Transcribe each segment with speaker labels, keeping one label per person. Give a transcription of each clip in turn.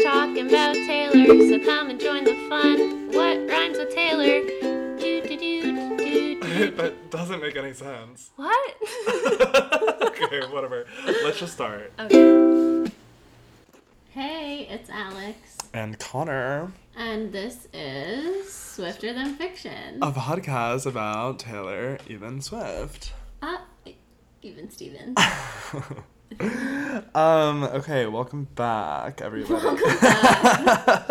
Speaker 1: about Taylor, so come and join the fun. What rhymes with Taylor? Do do do do do.
Speaker 2: that doesn't make any sense.
Speaker 1: What?
Speaker 2: okay, whatever. Let's just start.
Speaker 1: okay. Hey, it's Alex,
Speaker 2: And Connor,
Speaker 1: and this is Swifter Than Fiction.
Speaker 2: a podcast about Taylor Even Swift.
Speaker 1: Uh, even Steven.
Speaker 2: um, okay, welcome back, everybody.
Speaker 1: Welcome back.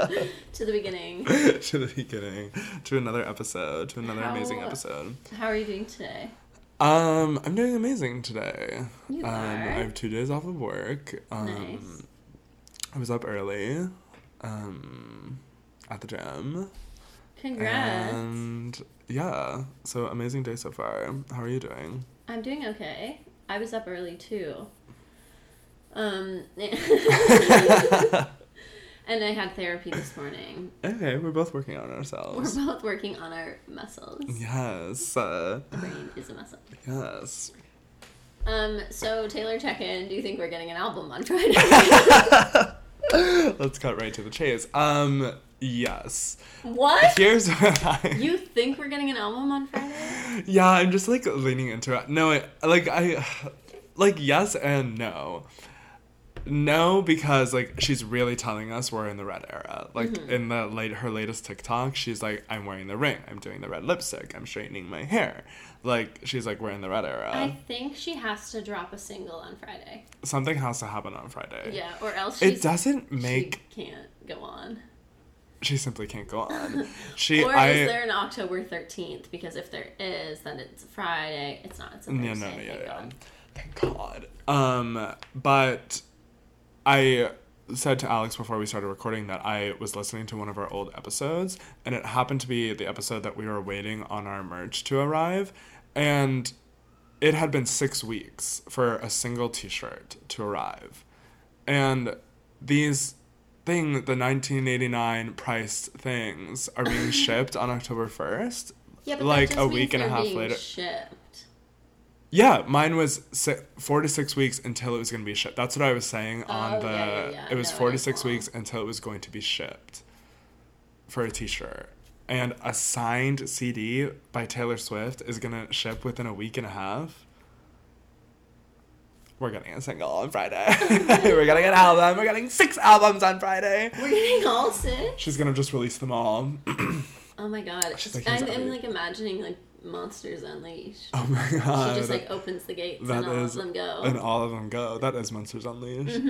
Speaker 1: to the beginning.
Speaker 2: to the beginning, to another episode, to another amazing
Speaker 1: How-
Speaker 2: episode.
Speaker 1: How are you doing today?
Speaker 2: Um, I'm doing amazing today.
Speaker 1: You
Speaker 2: um,
Speaker 1: are.
Speaker 2: I have two days off of work. Um,
Speaker 1: Nice.
Speaker 2: I was up early, um, at the gym.
Speaker 1: Congrats.
Speaker 2: um, And yeah, so amazing day so far. How are you doing?
Speaker 1: I'm doing okay. I was up early too. Um, and I had therapy this morning.
Speaker 2: Okay, we're both working on
Speaker 1: We're
Speaker 2: ourselves.
Speaker 1: both working on our muscles.
Speaker 2: Mm-hmm. Yes, uh,
Speaker 1: The brain is a muscle.
Speaker 2: yes.
Speaker 1: Um, so Taylor check in. Do you think we're getting an album on Friday?
Speaker 2: Let's cut right to the chase. Um, yes.
Speaker 1: what?
Speaker 2: Here's where I.
Speaker 1: You think we're getting an album on Friday?
Speaker 2: Yeah, I'm just like leaning into it. No, I, like I, like yes and no. No, because like she's really telling us we're in the red era. Like
Speaker 1: Mm-hmm.
Speaker 2: in the late her latest TikTok, she's like, "I'm wearing the ring. I'm doing the red lipstick. I'm straightening my hair." Like she's like, "We're in the red era.
Speaker 1: I think she has to drop a single on Friday.
Speaker 2: Something has to happen on Friday."
Speaker 1: Yeah, or else she's,
Speaker 2: It doesn't make
Speaker 1: she can't go on.
Speaker 2: she simply can't go on. She
Speaker 1: or
Speaker 2: I
Speaker 1: is there an October 13th? Because if there is, then it's Friday. It's not. It's a Thursday.
Speaker 2: Yeah, no, no, yeah,
Speaker 1: Thank
Speaker 2: yeah.
Speaker 1: God.
Speaker 2: Thank God. Um, but I said to Alex before we started recording that I was listening to one of our old episodes, and it happened to be the episode that we were waiting on our merch to arrive, and it had been six weeks for a single T-shirt to arrive, and these thing the 1989 priced things are being shipped on October 1st
Speaker 1: Yeah, but
Speaker 2: like,
Speaker 1: that just
Speaker 2: a
Speaker 1: means
Speaker 2: week and a
Speaker 1: they're
Speaker 2: half
Speaker 1: being
Speaker 2: later.
Speaker 1: Shipped.
Speaker 2: Yeah, mine was si four to six weeks until it was going to be shipped. That's what I was saying on
Speaker 1: Oh,
Speaker 2: the.
Speaker 1: yeah, yeah, yeah.
Speaker 2: It was
Speaker 1: No,
Speaker 2: four to
Speaker 1: that's
Speaker 2: six
Speaker 1: long.
Speaker 2: weeks until it was going to be shipped for a t shirt. And a signed CD by Taylor Swift is going to ship within a week and a half. We're getting a single on Friday. We're getting an album. We're getting six albums on Friday.
Speaker 1: We're getting all sick.
Speaker 2: She's going to just release them all.
Speaker 1: Oh my god!
Speaker 2: She's like,
Speaker 1: I'm,
Speaker 2: he's
Speaker 1: I'm
Speaker 2: out.
Speaker 1: like imagining like monsters unleashed.
Speaker 2: Oh my
Speaker 1: She
Speaker 2: God.
Speaker 1: just like oh. opens the gates
Speaker 2: that
Speaker 1: and all
Speaker 2: is-
Speaker 1: of them go. Mm-hmm.
Speaker 2: and all of them go. That is Monsters Unleashed.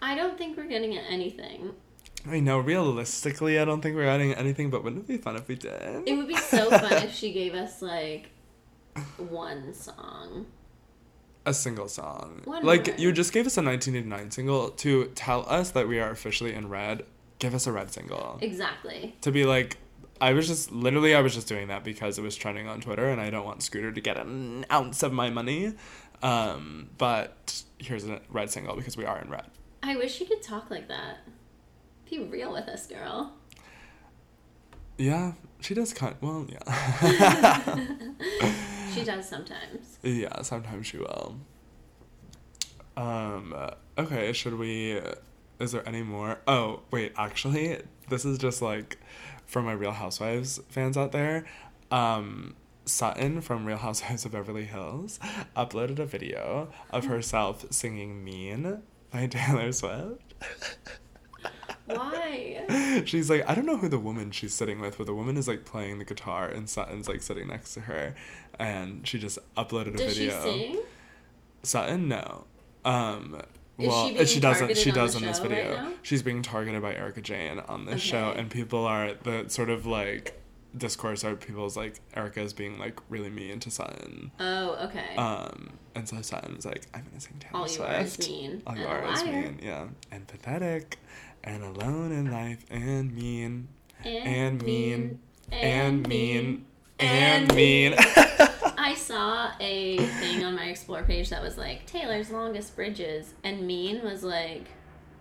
Speaker 1: I don't think we're getting at anything.
Speaker 2: I know. Realistically, I don't think we're adding anything, but wouldn't it be fun if we did?
Speaker 1: It would be so fun if she gave us like one song.
Speaker 2: a single song.
Speaker 1: One
Speaker 2: like
Speaker 1: word.
Speaker 2: you just gave us a 1989 single to tell us that we are officially in red. Give us a red single
Speaker 1: Exactly.
Speaker 2: to be like. I was just literally I was just doing that because it was trending on Twitter, and I don't want Scooter to get an ounce of my money. Um, but here's a red single because we are in red.
Speaker 1: I wish she could talk like that. Be real with us, girl.
Speaker 2: Yeah, she does kind. Well, yeah,
Speaker 1: She does sometimes.
Speaker 2: yeah. Sometimes she will. Um. Okay. Should we? Is there any more? Oh wait. Actually, this is just like for my Real Housewives fans out there. Um, Sutton from Real Housewives of Beverly Hills uploaded a video
Speaker 1: Hmm.
Speaker 2: of herself singing "Mean" by Taylor Swift.
Speaker 1: Why?
Speaker 2: She's like, I don't know who the woman she's sitting with, but the woman is like playing the guitar and Sutton's like sitting next to her, and she just uploaded a
Speaker 1: Does she
Speaker 2: video.
Speaker 1: sing?
Speaker 2: Sutton, no. Um,
Speaker 1: Is
Speaker 2: well,
Speaker 1: she
Speaker 2: she,
Speaker 1: being
Speaker 2: doesn't.
Speaker 1: targeted
Speaker 2: She
Speaker 1: on the
Speaker 2: does in this
Speaker 1: show right
Speaker 2: video.
Speaker 1: now?
Speaker 2: She's being targeted by Erica Jane on this show,
Speaker 1: Okay.
Speaker 2: and people are the sort of like discourse are people's like Erica is being like really mean to Sutton.
Speaker 1: Oh, okay.
Speaker 2: Um, and so Sutton's like, I'm gonna sing Taylor
Speaker 1: All you are is
Speaker 2: Swift.
Speaker 1: mean.
Speaker 2: All you
Speaker 1: and a
Speaker 2: are is
Speaker 1: liar.
Speaker 2: mean, yeah, and pathetic, and alone in life, and mean, and mean, and mean, and
Speaker 1: and
Speaker 2: mean.
Speaker 1: I saw a thing on my explore page that was like Taylor's longest bridges, and mean was like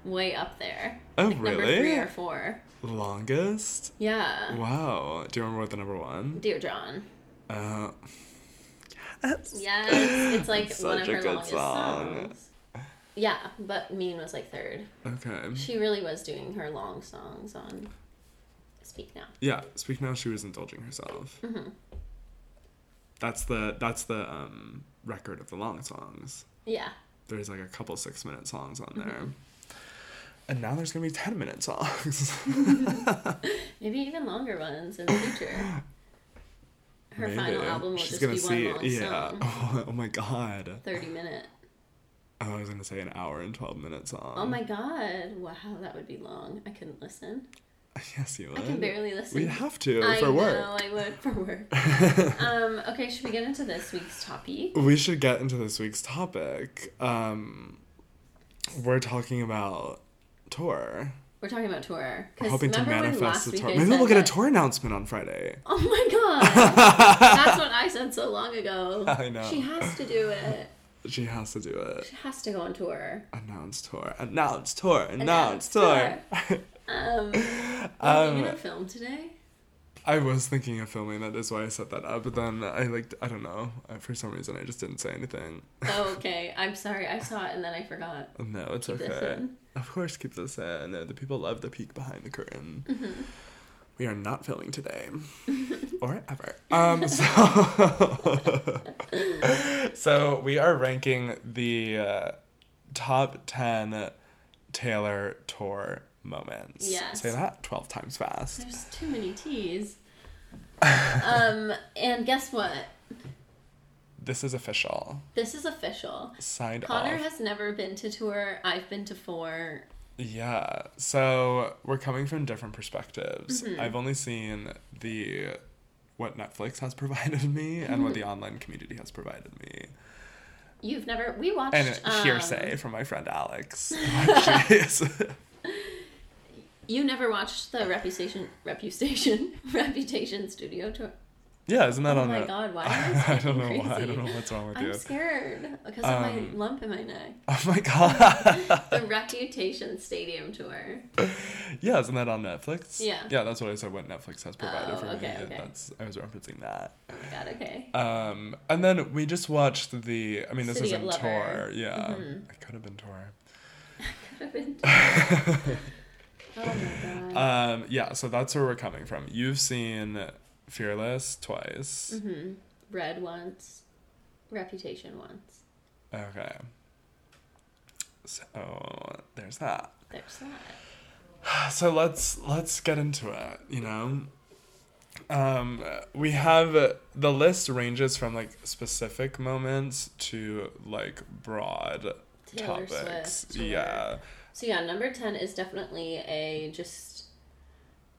Speaker 1: way up there.
Speaker 2: Oh,
Speaker 1: like Number
Speaker 2: really?
Speaker 1: three or four.
Speaker 2: Longest.
Speaker 1: Yeah.
Speaker 2: Wow. Do you remember what the number one?
Speaker 1: Dear John.
Speaker 2: Uh,
Speaker 1: Yes, it's like
Speaker 2: It's
Speaker 1: one
Speaker 2: such
Speaker 1: of
Speaker 2: a
Speaker 1: her
Speaker 2: good
Speaker 1: longest
Speaker 2: song.
Speaker 1: songs. Yeah, but Mean was like third.
Speaker 2: Okay.
Speaker 1: She really was doing her long songs on Speak Now.
Speaker 2: Yeah, speak now. She was indulging herself.
Speaker 1: Mm-hmm.
Speaker 2: That's the that's the um, record of the long songs.
Speaker 1: Yeah.
Speaker 2: There's like a couple six minute songs on
Speaker 1: Mm-hmm.
Speaker 2: there, and now there's gonna be ten minute songs.
Speaker 1: Maybe even longer ones in the future. Her final album will just be one long
Speaker 2: yeah.
Speaker 1: song.
Speaker 2: Oh, my god.
Speaker 1: 30 minute.
Speaker 2: Oh, I was gonna say an hour and twelve minute song.
Speaker 1: Oh my god. Wow, that would be long. I couldn't listen.
Speaker 2: Yes, you would.
Speaker 1: I can barely listen.
Speaker 2: We'd have to
Speaker 1: I
Speaker 2: for
Speaker 1: know,
Speaker 2: work.
Speaker 1: I would for work. um, okay, should we get into this week's topic?
Speaker 2: We should get into this week's topic. Um, we're talking about tour.
Speaker 1: We're talking about tour.
Speaker 2: We're
Speaker 1: 'cause
Speaker 2: hoping to
Speaker 1: remember when last
Speaker 2: manifest a
Speaker 1: week
Speaker 2: tour.
Speaker 1: I
Speaker 2: Maybe we'll
Speaker 1: said
Speaker 2: get a
Speaker 1: that-
Speaker 2: tour announcement on Friday.
Speaker 1: Oh my god. That's what I said so long ago.
Speaker 2: I know.
Speaker 1: She has to do it.
Speaker 2: She has to do it.
Speaker 1: She has to go on tour.
Speaker 2: Announce tour. Announce tour.
Speaker 1: Announce
Speaker 2: Announce tour.
Speaker 1: Um, are you gonna film today?
Speaker 2: I was thinking of filming that. Is why I set that up. But then I like I don't know. I, for some reason I just didn't say anything.
Speaker 1: Oh, okay. I'm sorry. I saw it and then I forgot.
Speaker 2: No, it's
Speaker 1: Keep
Speaker 2: okay.
Speaker 1: this in.
Speaker 2: Of course, keep this in. The people love the peek behind the curtain.
Speaker 1: Mm-hmm.
Speaker 2: We are not filming today, or ever. Um, so, so we are ranking the uh, top ten Taylor tour moments.
Speaker 1: Yes.
Speaker 2: Say that twelve times fast.
Speaker 1: There's too many T's. Um, and guess what?
Speaker 2: This is official.
Speaker 1: This is official.
Speaker 2: Signed
Speaker 1: Connor
Speaker 2: off.
Speaker 1: has never been to tour. I've been to four.
Speaker 2: Yeah. So we're coming from different perspectives.
Speaker 1: Mm-hmm.
Speaker 2: I've only seen the what Netflix has provided me and
Speaker 1: Mm-hmm.
Speaker 2: what the online community has provided me.
Speaker 1: You've never. We watched.
Speaker 2: And
Speaker 1: um,
Speaker 2: hearsay from my friend Alex. Jeez.
Speaker 1: You never watched the Reputation, Reputation, Reputation Studio tour.
Speaker 2: yeah, isn't that
Speaker 1: Oh
Speaker 2: on
Speaker 1: my
Speaker 2: the-
Speaker 1: God, why is
Speaker 2: I don't know why. I
Speaker 1: crazy?
Speaker 2: don't know what's wrong with
Speaker 1: I'm
Speaker 2: you.
Speaker 1: scared because of my
Speaker 2: Um,
Speaker 1: lump in my neck.
Speaker 2: Oh my god.
Speaker 1: The Reputation Stadium tour.
Speaker 2: yeah, isn't that on Netflix?
Speaker 1: Yeah.
Speaker 2: Yeah, that's what I said what Netflix has provided
Speaker 1: Oh,
Speaker 2: for
Speaker 1: okay,
Speaker 2: me.
Speaker 1: okay.
Speaker 2: That's I was referencing that.
Speaker 1: Oh my God. Okay.
Speaker 2: Um, and then we just watched the. I mean, this
Speaker 1: City of
Speaker 2: isn't
Speaker 1: Lover. Mm-hmm.
Speaker 2: tour. Yeah, I could have been tour.
Speaker 1: I've been to- oh my god.
Speaker 2: Um, yeah, so that's where we're coming from. You've seen Fearless twice.
Speaker 1: Mm-hmm. Red once. Reputation once.
Speaker 2: Okay. So there's that.
Speaker 1: There's that.
Speaker 2: So let's let's get into it, you know. Um we have uh, the list ranges from like specific moments to like broad
Speaker 1: Taylor
Speaker 2: topics.
Speaker 1: Swift, sure.
Speaker 2: Yeah.
Speaker 1: So yeah, number ten is definitely a just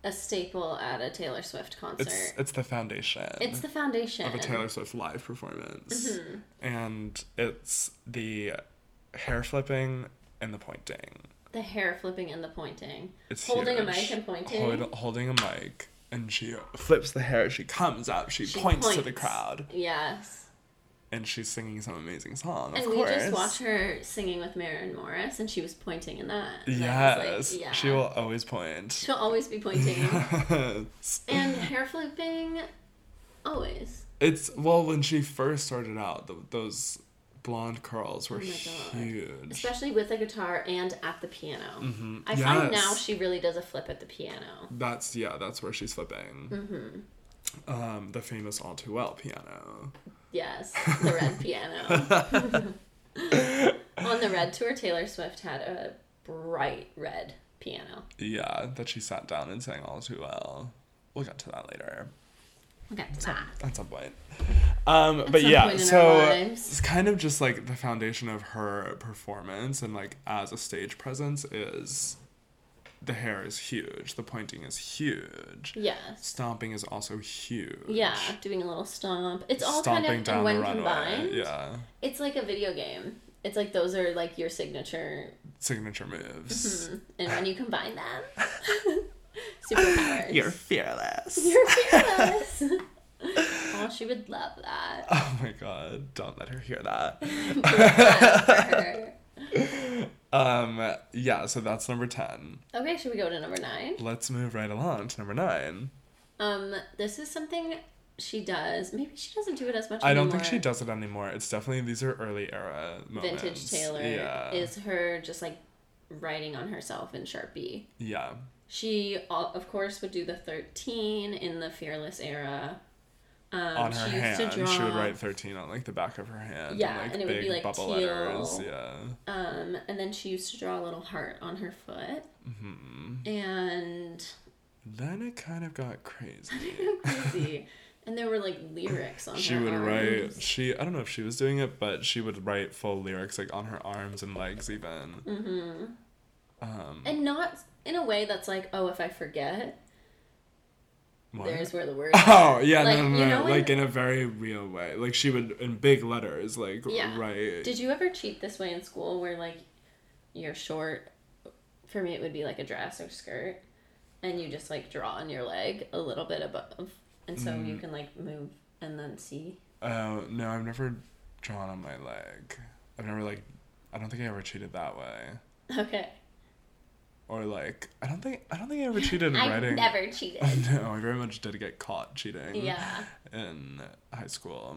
Speaker 1: a staple at a Taylor Swift concert.
Speaker 2: It's
Speaker 1: It's,
Speaker 2: it's the foundation.
Speaker 1: the foundation.
Speaker 2: of a Taylor Swift live performance.
Speaker 1: Mm-hmm.
Speaker 2: And it's the hair flipping and the pointing.
Speaker 1: The hair flipping and the pointing.
Speaker 2: It's
Speaker 1: Holding a
Speaker 2: huge.
Speaker 1: mic and pointing.
Speaker 2: Hold, holding a mic and she flips the hair, she comes up, she,
Speaker 1: She
Speaker 2: points, to the crowd,
Speaker 1: Yes.
Speaker 2: and she's singing some amazing song.
Speaker 1: and
Speaker 2: of
Speaker 1: we
Speaker 2: course.
Speaker 1: just watched her singing with Marin Morris and she was pointing in that. And I was
Speaker 2: Yes.
Speaker 1: like, yeah.
Speaker 2: She will always point.
Speaker 1: She'll always be pointing.
Speaker 2: Yes.
Speaker 1: and hair flipping always.
Speaker 2: It's well when she first started out, th those blonde curls were
Speaker 1: Oh my God.
Speaker 2: huge.
Speaker 1: Especially with the guitar and at the piano. I find
Speaker 2: Mm-hmm. Yes.
Speaker 1: now she really does a flip at the piano.
Speaker 2: That's yeah, that's where she's flipping.
Speaker 1: Mm-hmm.
Speaker 2: Um, the famous all too well piano.
Speaker 1: Yes, the red piano. On the red tour, Taylor Swift had a bright red piano.
Speaker 2: Yeah, that she sat down and sang all too well. We'll get to that later
Speaker 1: Okay, that.
Speaker 2: at some point. Um, but
Speaker 1: some
Speaker 2: yeah,
Speaker 1: point in our
Speaker 2: so
Speaker 1: lives.
Speaker 2: it's kind of just like the foundation of her performance and like as a stage presence is the hair is huge, the pointing is huge,
Speaker 1: Yes.
Speaker 2: stomping is also huge.
Speaker 1: Yeah, doing a little stomp. It's all kind of and when combined,
Speaker 2: Yeah.
Speaker 1: it's like a video game. It's like those are like your signature,
Speaker 2: Signature moves.
Speaker 1: and when you combine them, superpowers.
Speaker 2: fearless.
Speaker 1: Mm-hmm. You're fearless. oh, she would love that.
Speaker 2: Oh my god, don't let her hear that.
Speaker 1: Forever.
Speaker 2: Um, yeah, so that's number 10.
Speaker 1: okay, should we go to number nine?
Speaker 2: Let's move right along to number 9.
Speaker 1: Um, this is something she does. Maybe she doesn't do it as much.
Speaker 2: I don't think
Speaker 1: anymore.
Speaker 2: she does it anymore. It's definitely these are early era moments.
Speaker 1: Vintage Taylor
Speaker 2: Yeah.
Speaker 1: is her just like writing on herself in Sharpie.
Speaker 2: yeah.
Speaker 1: She al- of course would do the thirteen in the Fearless era. Um,
Speaker 2: on her
Speaker 1: she used
Speaker 2: hand,
Speaker 1: to draw.
Speaker 2: she would write thirteen on like the back of her hand.
Speaker 1: Yeah,
Speaker 2: like,
Speaker 1: and it would be, like, teal.
Speaker 2: Yeah.
Speaker 1: Um, and then she used to draw a little heart on her foot.
Speaker 2: Mm-hmm.
Speaker 1: And
Speaker 2: Then it kind of got crazy.
Speaker 1: crazy. and there were like lyrics on
Speaker 2: she
Speaker 1: her
Speaker 2: would
Speaker 1: arms.
Speaker 2: write. She I don't know if she was doing it, but she would write full lyrics like on her arms and legs even.
Speaker 1: Mm-hmm.
Speaker 2: Um,
Speaker 1: And not in a way that's like, oh, if I forget,
Speaker 2: What?
Speaker 1: there's where the word
Speaker 2: Oh yeah,
Speaker 1: Like,
Speaker 2: no, no,
Speaker 1: you
Speaker 2: no.
Speaker 1: know when-
Speaker 2: like in a very real way. Like she would in big letters, like
Speaker 1: Yeah.
Speaker 2: write.
Speaker 1: Did you ever cheat this way in school where like you're short? For me, it would be like a dress or skirt, and you just like draw on your leg a little bit above, and so
Speaker 2: Mm.
Speaker 1: you can like move and then see.
Speaker 2: Oh no, I've never drawn on my leg. I've never like. I don't think I ever cheated that way.
Speaker 1: Okay,
Speaker 2: Or like, I don't think I don't think I ever cheated in
Speaker 1: I've
Speaker 2: writing.
Speaker 1: never cheated.
Speaker 2: no, I very much did get caught cheating.
Speaker 1: yeah.
Speaker 2: In high school,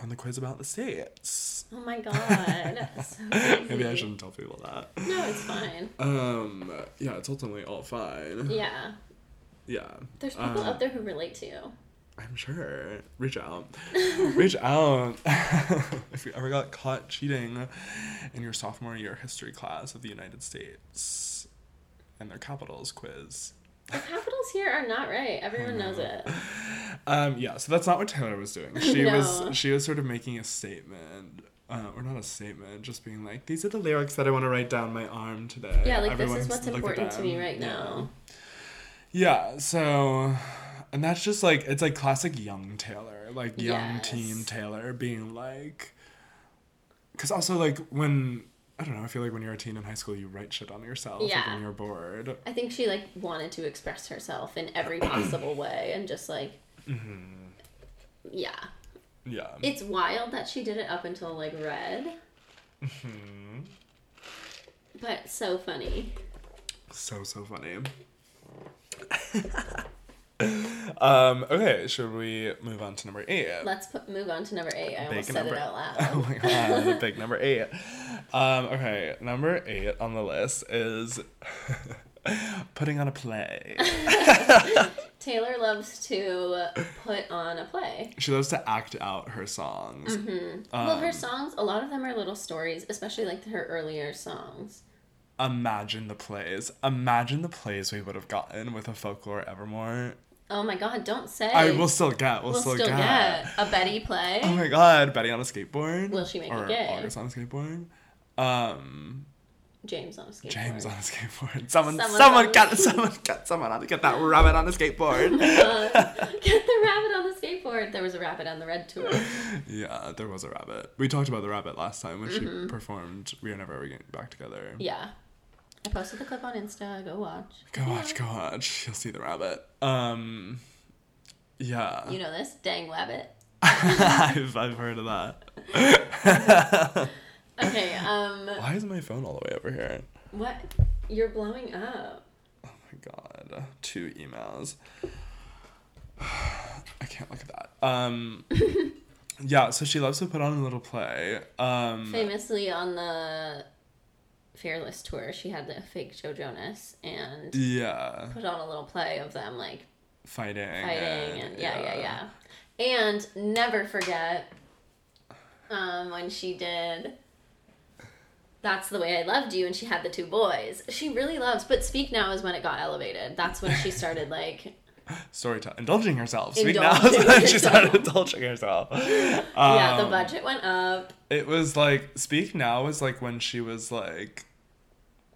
Speaker 2: on the quiz about the states.
Speaker 1: Oh my god. so crazy.
Speaker 2: Maybe I shouldn't tell people that.
Speaker 1: No, it's fine.
Speaker 2: Um. Yeah, it's ultimately all fine. Yeah.
Speaker 1: Yeah. There's people
Speaker 2: Um,
Speaker 1: out there who relate to you.
Speaker 2: I'm sure. Reach out. Reach out. if you ever got caught cheating in your sophomore year history class of the United States and their capitals quiz.
Speaker 1: The capitals here are not right. Everyone knows it.
Speaker 2: Um, yeah, so that's not what Taylor was doing. She
Speaker 1: No.
Speaker 2: was she was sort of making a statement, uh, or not a statement, just being like, "These are the lyrics that I want to write down my arm today."
Speaker 1: Yeah, like this
Speaker 2: Everyone's
Speaker 1: is what's
Speaker 2: look at
Speaker 1: important to me
Speaker 2: them."
Speaker 1: right
Speaker 2: Yeah.
Speaker 1: now.
Speaker 2: Yeah, so, and that's just like it's like classic young Taylor, like young
Speaker 1: Yes.
Speaker 2: teen Taylor, being like, because also like when I don't know, I feel like when you're a teen in high school, you write shit on yourself, like
Speaker 1: Yeah.
Speaker 2: when you're bored.
Speaker 1: I think she like wanted to express herself in every possible way and just like
Speaker 2: Mm-hmm.
Speaker 1: Yeah.
Speaker 2: Yeah,
Speaker 1: It's wild that she did it up until like red.
Speaker 2: Mm-hmm.
Speaker 1: But so funny.
Speaker 2: So so funny. um, okay, should we move on to number eight?
Speaker 1: Let's put, move on to number eight. I almost
Speaker 2: Big
Speaker 1: said
Speaker 2: number-
Speaker 1: it out loud.
Speaker 2: Oh my god, big number eight. Um, okay, number eight on the list is putting on a play.
Speaker 1: Taylor loves to put on a play.
Speaker 2: She loves to act out her songs.
Speaker 1: Mm-hmm. well,
Speaker 2: Um,
Speaker 1: her songs, a lot of them are little stories, especially like her earlier songs.
Speaker 2: Imagine the plays. Imagine the plays we would have gotten with a folklore evermore.
Speaker 1: Oh my god, don't say.
Speaker 2: I will still get. We'll,
Speaker 1: We'll
Speaker 2: still,
Speaker 1: still
Speaker 2: get.
Speaker 1: get a Betty play.
Speaker 2: Oh my god, Betty on a skateboard.
Speaker 1: Will she make it
Speaker 2: or
Speaker 1: gay?
Speaker 2: August on a skateboard. Um,
Speaker 1: James on a skateboard.
Speaker 2: James on a skateboard. Someone,
Speaker 1: Someone
Speaker 2: someone,
Speaker 1: on-
Speaker 2: got, someone got, someone on, get that rabbit on a skateboard.
Speaker 1: Uh, Get the rabbit on the skateboard. There was a rabbit on the red tour.
Speaker 2: yeah, there was a rabbit. We talked about the rabbit last time when she performed "We Are Never Ever Getting Back Together."
Speaker 1: Mm-hmm. Yeah. I posted the clip on Insta. Go watch.
Speaker 2: Go watch, go watch. You'll see the rabbit. Um, yeah,
Speaker 1: You know this? Dang rabbit.
Speaker 2: I've I've heard of that.
Speaker 1: Okay, um,
Speaker 2: Why is my phone all the way over here?
Speaker 1: what? You're blowing up.
Speaker 2: Oh my god, two emails. I can't look at that. Um, yeah. So she loves to put on a little play. Um.
Speaker 1: Famously on the Fearless tour, she had the fake Joe Jonas and
Speaker 2: Yeah.
Speaker 1: put on a little play of them, like,
Speaker 2: Fighting.
Speaker 1: fighting and yeah, yeah, yeah. And never forget um, when she did That's the Way I Loved You and she had the two boys. She really loves, but Speak Now is when it got elevated. That's when she started like
Speaker 2: Storytelling. Indulging herself. Speak now.
Speaker 1: Indulging
Speaker 2: is when she
Speaker 1: herself.
Speaker 2: started indulging herself.
Speaker 1: yeah, the
Speaker 2: Um,
Speaker 1: budget went up.
Speaker 2: It was like, Speak Now was like when she was like,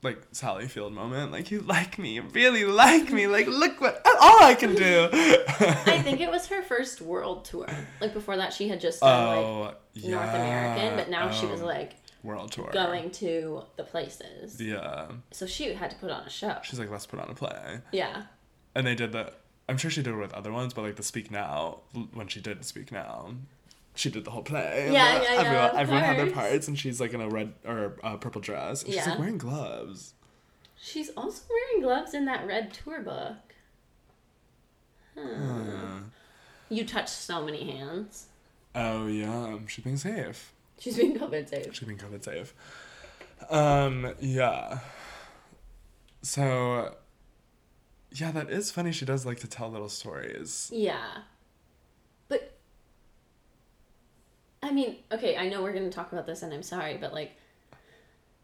Speaker 2: like Sally Field moment. Like, you like me. You really like me. Like, look what, all I can do.
Speaker 1: I think it was her first world tour. Like before that she had just done
Speaker 2: oh,
Speaker 1: like
Speaker 2: yeah.
Speaker 1: North American, but now she was
Speaker 2: Oh,
Speaker 1: like
Speaker 2: World tour.
Speaker 1: going to the places.
Speaker 2: Yeah.
Speaker 1: So she had to put on a show.
Speaker 2: She's like, let's put on a play.
Speaker 1: Yeah.
Speaker 2: And they did the, I'm sure she did it with other ones, but like the Speak Now, when she did Speak Now, she did the whole play. and
Speaker 1: Yeah,
Speaker 2: the-
Speaker 1: yeah, yeah,
Speaker 2: Everyone,
Speaker 1: of
Speaker 2: everyone had their
Speaker 1: course.
Speaker 2: parts, and she's like in a red or uh, purple dress. And She's
Speaker 1: Yeah.
Speaker 2: like wearing gloves.
Speaker 1: She's also wearing gloves in that red tour book.
Speaker 2: Hmm.
Speaker 1: You touched so many hands.
Speaker 2: Oh yeah, she's being safe.
Speaker 1: She's being COVID safe.
Speaker 2: She's being COVID safe. Um, yeah. So, yeah, that is funny. She does like to tell little stories.
Speaker 1: Yeah. But I mean, okay, I know we're going to talk about this and I'm sorry, but like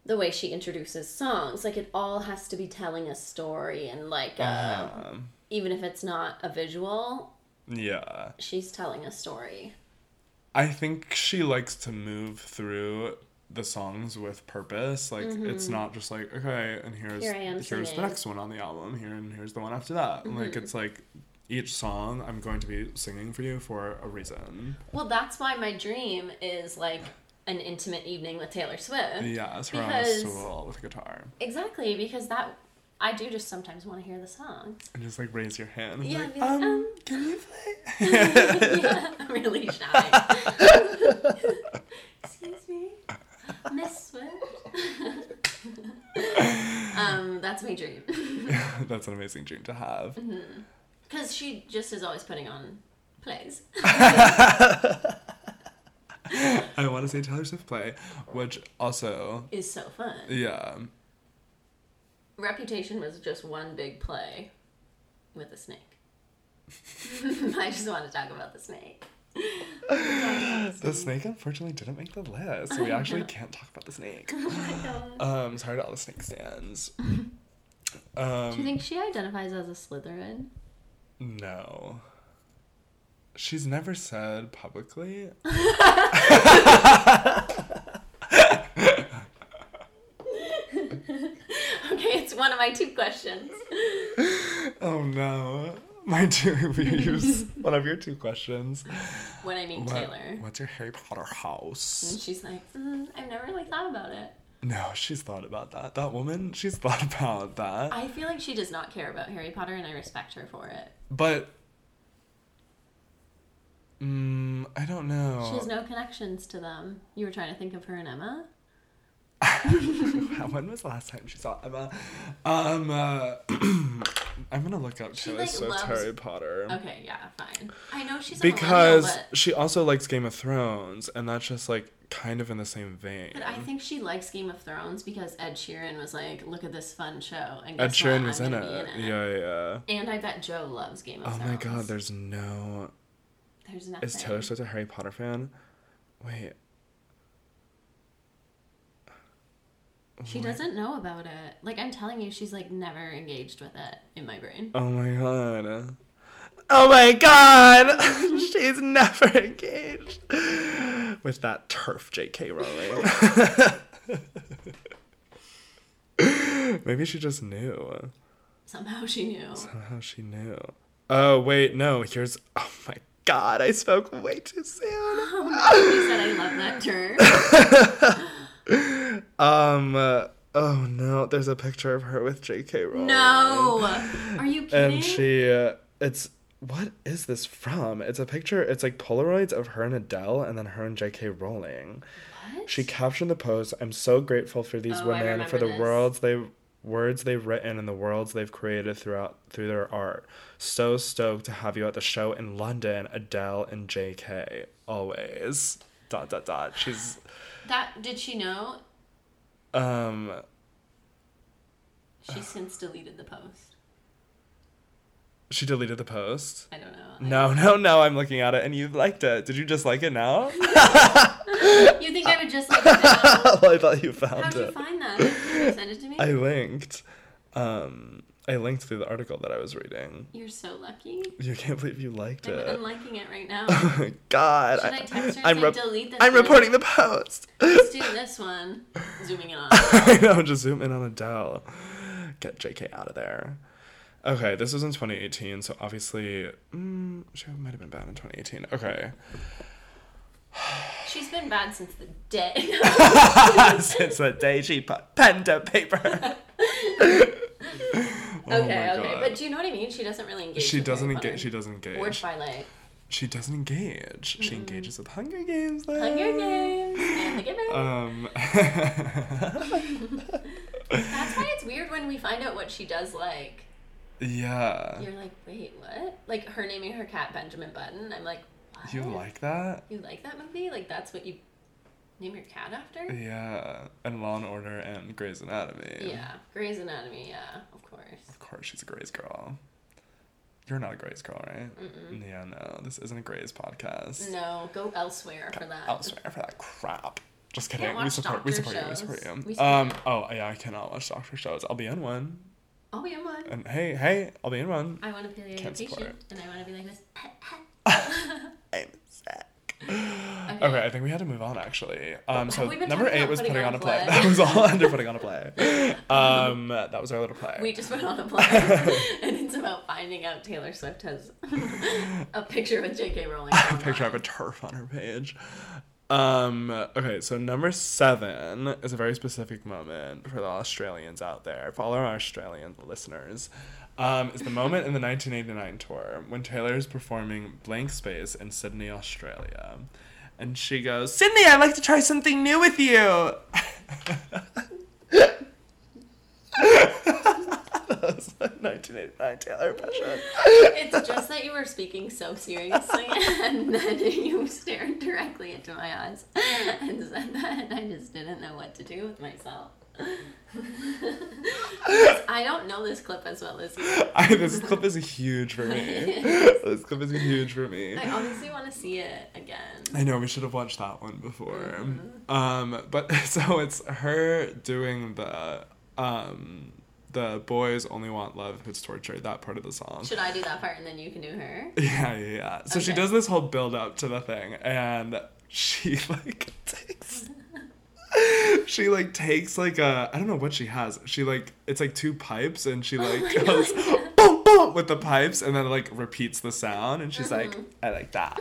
Speaker 1: the way she introduces songs, like it all has to be telling a story and like uh,
Speaker 2: Um,
Speaker 1: even if it's not a visual,
Speaker 2: yeah.
Speaker 1: she's telling a story.
Speaker 2: I think she likes to move through the songs with purpose. Like it's not just like okay, and here's
Speaker 1: Mm-hmm. Here I am
Speaker 2: here's the
Speaker 1: singing. Mm-hmm.
Speaker 2: next one on the album here, and here's the one after that. And Like it's like each song I'm going to be singing for you for a reason.
Speaker 1: Well, that's why my dream is like an intimate evening with Taylor Swift.
Speaker 2: Yeah, it's her on a
Speaker 1: Because-
Speaker 2: stool with a guitar
Speaker 1: Exactly, because that I do just sometimes want to hear the song.
Speaker 2: and just like raise your hand. and be
Speaker 1: Yeah,
Speaker 2: like,
Speaker 1: be like,
Speaker 2: um,
Speaker 1: um."
Speaker 2: can you play?
Speaker 1: yeah, I'm really shy. Excuse me, Miss Swift. um, that's my dream.
Speaker 2: That's an amazing dream to have.
Speaker 1: Mm-hmm. Because she just is always putting on plays.
Speaker 2: I want to say Taylor Swift play, which also
Speaker 1: Is so fun.
Speaker 2: yeah.
Speaker 1: Reputation was just one big play with a snake. I just want to talk about the snake. Oh
Speaker 2: The snake unfortunately didn't make the list, so we actually can't talk about the snake. Um, sorry to all the snake stands.
Speaker 1: Do you
Speaker 2: Um,
Speaker 1: think she identifies as a Slytherin?
Speaker 2: no. She's never said publicly.
Speaker 1: Okay, it's one of my two questions.
Speaker 2: Oh no. My two, we use one of your two questions.
Speaker 1: When I meet
Speaker 2: What-
Speaker 1: Taylor.
Speaker 2: what's your Harry Potter
Speaker 1: And
Speaker 2: house?
Speaker 1: she's like, mm, I've never really thought about it.
Speaker 2: No, she's thought about that. That woman, she's thought about that.
Speaker 1: I feel like she does not care about Harry Potter, and I respect her for it.
Speaker 2: But. Mm, I don't know.
Speaker 1: She has no connections to them. You were trying to think of her and Emma?
Speaker 2: when was the last time she saw Emma? Um, uh, I'm gonna look up
Speaker 1: She,
Speaker 2: Taylor
Speaker 1: like, loves-
Speaker 2: Swift's Harry Potter
Speaker 1: Okay, yeah, fine. I know she's a
Speaker 2: Um, because
Speaker 1: millennial,
Speaker 2: she also likes Game of Thrones, and that's just like kind of in the same vein.
Speaker 1: but, but I think she likes Game of Thrones because Ed Sheeran was like, look at this fun show. And
Speaker 2: Ed
Speaker 1: guess
Speaker 2: Sheeran
Speaker 1: what?
Speaker 2: was
Speaker 1: I'm
Speaker 2: in it.
Speaker 1: gonna be
Speaker 2: Yeah, yeah. yeah.
Speaker 1: And I bet Joe loves Game of
Speaker 2: Oh my
Speaker 1: Thrones.
Speaker 2: God, there's no.
Speaker 1: There's nothing.
Speaker 2: Is Taylor Swift a Harry Potter fan? Wait,
Speaker 1: She doesn't know about it. Like, I'm telling you, she's like never engaged with it in my brain.
Speaker 2: Oh my god. Oh my god! She's never engaged with that turf JK Rowling. Maybe she just knew.
Speaker 1: Somehow she knew.
Speaker 2: Somehow she knew. Oh, wait, no, here's. Oh my god, I spoke way too soon.
Speaker 1: She said, I love that term.
Speaker 2: Um, uh, oh no, there's a picture of her with JK Rowling.
Speaker 1: No. Are you kidding?
Speaker 2: and she uh, it's what is this from it's a picture it's like polaroids of her and adele and then her and jk rowling
Speaker 1: What?
Speaker 2: she captioned the post i'm so grateful for these
Speaker 1: Oh, I
Speaker 2: women for
Speaker 1: remember
Speaker 2: the
Speaker 1: this.
Speaker 2: worlds they words they've written and the worlds they've created throughout through their art so stoked to have you at the show in london adele and jk always dot dot dot she's
Speaker 1: that did she know?
Speaker 2: um
Speaker 1: She since deleted the post.
Speaker 2: she deleted the post
Speaker 1: I don't know.
Speaker 2: no no no i'm looking at it and you liked it did you just like it now
Speaker 1: You think I would just like know?
Speaker 2: i thought you found
Speaker 1: How'd
Speaker 2: it
Speaker 1: you find that? Did you send it to me?
Speaker 2: I linked. Um, I linked through the article that I was reading.
Speaker 1: You're so lucky.
Speaker 2: You can't believe you liked
Speaker 1: I'm
Speaker 2: it.
Speaker 1: unliking it right now.
Speaker 2: Oh my god.
Speaker 1: Should I text her and
Speaker 2: I'm,
Speaker 1: say,
Speaker 2: rep-
Speaker 1: delete this?
Speaker 2: I'm
Speaker 1: one?
Speaker 2: reporting the post.
Speaker 1: Let's do this one. Zooming in on.
Speaker 2: I know, just zoom in on Adele. Get JK out of there. Okay, this was in 2018, so obviously, mm, she might have been bad in 2018. Okay.
Speaker 1: She's been bad since the day.
Speaker 2: Since the day she put pen to paper. Oh
Speaker 1: okay,
Speaker 2: my
Speaker 1: okay.
Speaker 2: God.
Speaker 1: But do you know what I mean? She doesn't really engage.
Speaker 2: she
Speaker 1: with
Speaker 2: doesn't
Speaker 1: Harry Potter
Speaker 2: engage. She doesn't engage.
Speaker 1: Or Twilight.
Speaker 2: She doesn't engage. She engages with Hunger Games. Though.
Speaker 1: Hunger Games and The Giving.
Speaker 2: Um,
Speaker 1: That's why it's weird when we find out what she does like.
Speaker 2: Yeah.
Speaker 1: You're like, wait, what? Like her naming her cat Benjamin Button. I'm like, what?
Speaker 2: You like that?
Speaker 1: You like that movie? Like that's what you name your cat after?
Speaker 2: Yeah. And Law and Order and Grey's Anatomy.
Speaker 1: Yeah. Grey's Anatomy. Yeah, of course.
Speaker 2: Of course, she's a Grey's girl. You're not a Grey's girl, right? Yeah, no. This isn't a Grey's podcast.
Speaker 1: No, go elsewhere for that.
Speaker 2: Elsewhere for that crap. Just kidding.
Speaker 1: can't
Speaker 2: we
Speaker 1: watch
Speaker 2: support. we
Speaker 1: doctor
Speaker 2: support you. We support
Speaker 1: shows.
Speaker 2: you.
Speaker 1: We support
Speaker 2: um. Oh yeah, I cannot watch doctor shows. I'll be in one.
Speaker 1: I'll be in one.
Speaker 2: And hey, hey, I'll be in one.
Speaker 1: I want to be like a
Speaker 2: Can't support
Speaker 1: patient, and I want to be like this.
Speaker 2: I'm sick.
Speaker 1: Okay.
Speaker 2: Okay, I think we had to move on actually. Um, so
Speaker 1: Have we been
Speaker 2: number
Speaker 1: talking
Speaker 2: eight
Speaker 1: about
Speaker 2: was
Speaker 1: putting
Speaker 2: putting
Speaker 1: on
Speaker 2: on a
Speaker 1: a
Speaker 2: play.
Speaker 1: play?
Speaker 2: That was all under putting on a play. Um, that was our little play.
Speaker 1: We just went on a play, and it's about finding out Taylor Swift has a picture with J.K. Rowling.
Speaker 2: a picture of a turf on her page. Um, okay, so number seven is a very specific moment for the Australians out there. Follow our Australian listeners. Um, is the moment in the 1989 tour when Taylor is performing Blank Space in Sydney, Australia. And she goes, Sydney, I'd like to try something new with you. that was my 1989 Taylor impression.
Speaker 1: It's just that you were speaking so seriously, and then you stared directly into my eyes and said that, and I just didn't know what to do with myself. I don't know this clip as well as you.
Speaker 2: I, this clip is huge for me. this clip is huge for me.
Speaker 1: I honestly want to see it again.
Speaker 2: I know we should have watched that one before.
Speaker 1: Mm-hmm.
Speaker 2: Um, but so it's her doing the um, the boys only want love who's tortured that part of the song.
Speaker 1: Should I do that part and then you can do her?
Speaker 2: Yeah, yeah, yeah. So she
Speaker 1: Okay.
Speaker 2: does this whole build up to the thing, and she like takes. She like takes like a I don't know what she has. She like it's like two pipes and she like
Speaker 1: Oh my
Speaker 2: goes boom boom with the pipes and then like repeats the sound and she's
Speaker 1: Mm-hmm.
Speaker 2: like I like that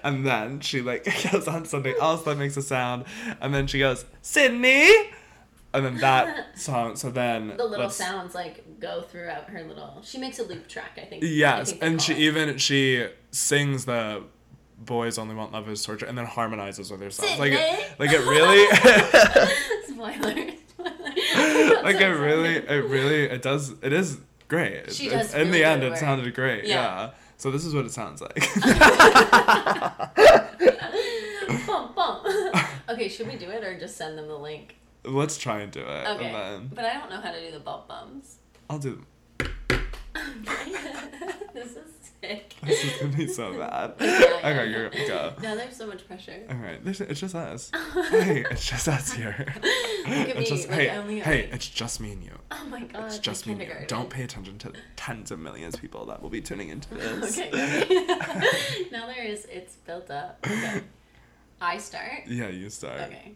Speaker 2: and then she like goes on something else that makes a sound and then she goes Sydney and then that song so then
Speaker 1: The little
Speaker 2: let's-
Speaker 1: sounds like go throughout her little. She makes a loop track, I think. I
Speaker 2: Yes,
Speaker 1: think they
Speaker 2: and
Speaker 1: call
Speaker 2: she
Speaker 1: it.
Speaker 2: even she sings the "Boys Only Want Love Is Torture" and then harmonizes with herself. Like, it, like it really,
Speaker 1: Spoiler. spoiler.
Speaker 2: like it
Speaker 1: Sorry,
Speaker 2: really,
Speaker 1: sorry.
Speaker 2: it really, it does. It is great.
Speaker 1: She
Speaker 2: It's-
Speaker 1: does
Speaker 2: in
Speaker 1: really
Speaker 2: the end,
Speaker 1: good
Speaker 2: it
Speaker 1: work.
Speaker 2: sounded great. Yeah.
Speaker 1: Yeah.
Speaker 2: So this is what it sounds like.
Speaker 1: Bum, bum. okay, should we do it or just send them the link?
Speaker 2: Let's try and do it,
Speaker 1: Okay.
Speaker 2: and then
Speaker 1: But I don't know how to do the bump bums.
Speaker 2: I'll do.
Speaker 1: this is sick.
Speaker 2: This is gonna be so bad.
Speaker 1: yeah, yeah.
Speaker 2: okay, you're go.
Speaker 1: Now there's so much pressure.
Speaker 2: All right, this, it's just us. hey, it's just us here.
Speaker 1: Look at
Speaker 2: It's
Speaker 1: me.
Speaker 2: just,
Speaker 1: like,
Speaker 2: hey,
Speaker 1: I only
Speaker 2: hey,
Speaker 1: like-
Speaker 2: it's just me and you.
Speaker 1: oh my god.
Speaker 2: It's
Speaker 1: like
Speaker 2: just me. and you.
Speaker 1: kindergarten.
Speaker 2: Don't pay attention to the tens of millions of people that will be tuning into this.
Speaker 1: Okay. okay. now there is. It's built up. Okay. I start.
Speaker 2: Yeah, you start.
Speaker 1: Okay.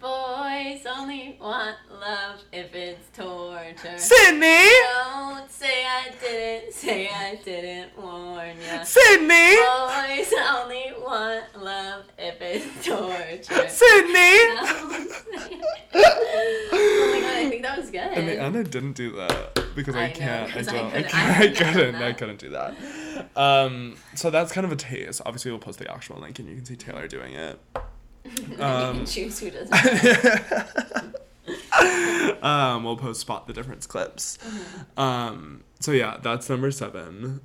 Speaker 1: Boys only want love if it's torture.
Speaker 2: Sydney!
Speaker 1: Don't say I didn't. Say I didn't warn ya.
Speaker 2: Sydney!
Speaker 1: Boys only want love if it's torture.
Speaker 2: Sydney!
Speaker 1: Don't say- oh my god! I think that was good.
Speaker 2: In the end, I didn't do that because I,
Speaker 1: I know,
Speaker 2: can't. I
Speaker 1: 'cause I
Speaker 2: don't. I,
Speaker 1: couldn't-
Speaker 2: can't,
Speaker 1: I
Speaker 2: I
Speaker 1: couldn't have
Speaker 2: couldn't.
Speaker 1: done
Speaker 2: I
Speaker 1: that.
Speaker 2: couldn't do that. Um, so that's kind of a taste. Obviously, we'll post the actual link and you can see Taylor doing it.
Speaker 1: you
Speaker 2: Um,
Speaker 1: can choose who does it.
Speaker 2: um, we'll post spot the difference clips.
Speaker 1: Mm-hmm.
Speaker 2: Um, so yeah, that's number seven,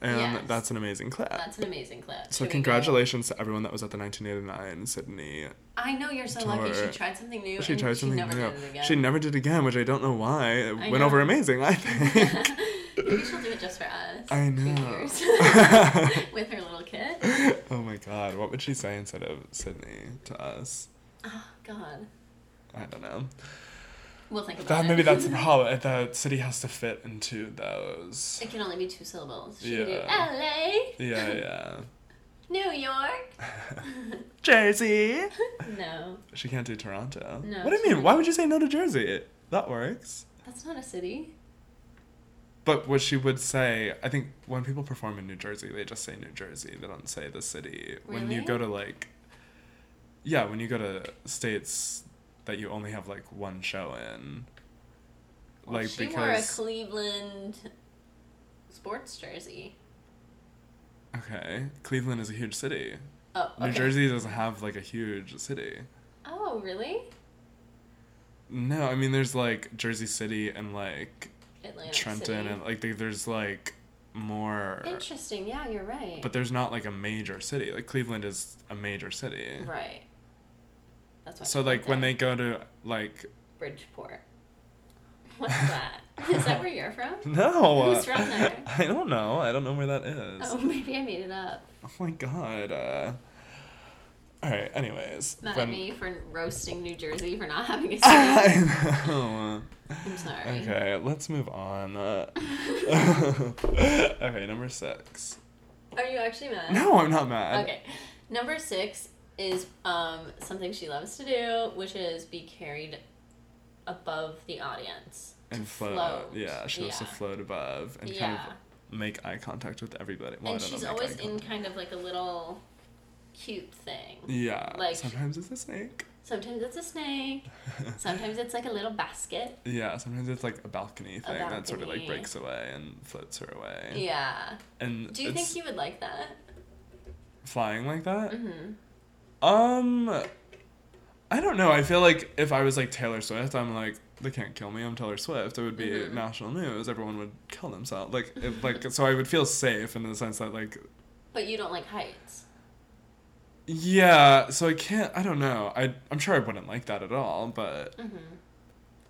Speaker 2: and
Speaker 1: Yes.
Speaker 2: that's an amazing clip.
Speaker 1: That's an amazing clip.
Speaker 2: so
Speaker 1: Should we go?
Speaker 2: congratulations to everyone that was at the 1989 Sydney.
Speaker 1: I know you're so lucky.
Speaker 2: Tour.
Speaker 1: She tried something new.
Speaker 2: She
Speaker 1: and
Speaker 2: tried something
Speaker 1: she never
Speaker 2: new.
Speaker 1: Did it again.
Speaker 2: She never did again, which I don't know why. It went
Speaker 1: know.
Speaker 2: over amazing, I think.
Speaker 1: Maybe she'll do it just for us.
Speaker 2: I
Speaker 1: Who
Speaker 2: know.
Speaker 1: cares? With her little kid.
Speaker 2: oh my god, what would she say instead of Sydney to us?
Speaker 1: Oh God.
Speaker 2: I don't know.
Speaker 1: We'll think about
Speaker 2: That
Speaker 1: it.
Speaker 2: maybe that's the problem. The city has to fit into those.
Speaker 1: It can only be two syllables. She can do
Speaker 2: Yeah.
Speaker 1: L.A.
Speaker 2: Yeah, yeah.
Speaker 1: New York.
Speaker 2: Jersey.
Speaker 1: No,
Speaker 2: She can't do Toronto.
Speaker 1: No,
Speaker 2: What do you
Speaker 1: she
Speaker 2: mean?
Speaker 1: can't.
Speaker 2: Why would you say no to Jersey? That works.
Speaker 1: that's not a city.
Speaker 2: But what she would say, I think when people perform in New Jersey, they just say New Jersey. They don't say the city. When you
Speaker 1: Really?
Speaker 2: go to like, yeah, when you go to states that you only have like one show in,
Speaker 1: Well,
Speaker 2: like
Speaker 1: she wore a
Speaker 2: because
Speaker 1: Cleveland sports jersey.
Speaker 2: okay, Cleveland is a huge city.
Speaker 1: Oh,
Speaker 2: New
Speaker 1: okay.
Speaker 2: Jersey doesn't have like a huge city.
Speaker 1: Oh, really?
Speaker 2: No, I mean there's like Jersey City and like
Speaker 1: Atlanta.
Speaker 2: Trenton
Speaker 1: City.
Speaker 2: and like they, there's like more
Speaker 1: Interesting. Yeah, you're right.
Speaker 2: but there's not like a major city. Like Cleveland is a major city.
Speaker 1: right. That's what.
Speaker 2: So like when they go to like
Speaker 1: Bridgeport. What's that? Is that where you're from?
Speaker 2: no,
Speaker 1: Who's from there?
Speaker 2: uh, I don't know. I don't know where that is.
Speaker 1: Oh, maybe I made it up.
Speaker 2: Oh my god. Uh, all right. Anyways,
Speaker 1: Mad at
Speaker 2: when-
Speaker 1: me for roasting New Jersey for not having a city.
Speaker 2: I know.
Speaker 1: I'm sorry.
Speaker 2: Okay, let's move on. Uh, okay, number six.
Speaker 1: Are you actually mad?
Speaker 2: No, I'm not mad.
Speaker 1: Uh, Okay. Number six is um, something she loves to do, which is be carried above the audience.
Speaker 2: And
Speaker 1: To
Speaker 2: float.
Speaker 1: float.
Speaker 2: Yeah, she loves to
Speaker 1: Yeah.
Speaker 2: float above and
Speaker 1: yeah.
Speaker 2: kind of make eye contact with everybody. Well,
Speaker 1: and
Speaker 2: I don't know,
Speaker 1: she's
Speaker 2: make
Speaker 1: always
Speaker 2: eye
Speaker 1: in
Speaker 2: contact.
Speaker 1: kind of like a little cute thing.
Speaker 2: Yeah.
Speaker 1: like-
Speaker 2: sometimes it's a snake.
Speaker 1: Sometimes it's a snake. Sometimes it's like a little basket.
Speaker 2: Yeah, sometimes it's like a balcony thing that sort of like
Speaker 1: balcony.
Speaker 2: breaks away and floats her away.
Speaker 1: Yeah.
Speaker 2: And
Speaker 1: Do you
Speaker 2: it's Uh.
Speaker 1: think you would like that?
Speaker 2: flying like that?
Speaker 1: Mm-hmm.
Speaker 2: Um, I don't know. I feel like if I was like Taylor Swift, I'm like they can't kill me. I'm Taylor Swift. It would be
Speaker 1: Mhm.
Speaker 2: national news. Everyone would kill themselves. Like it, like so, I would feel safe in the sense that like
Speaker 1: But you don't like heights.
Speaker 2: yeah. So I can't. I don't know. I I'm sure I wouldn't like that at all. But
Speaker 1: Mm-hmm.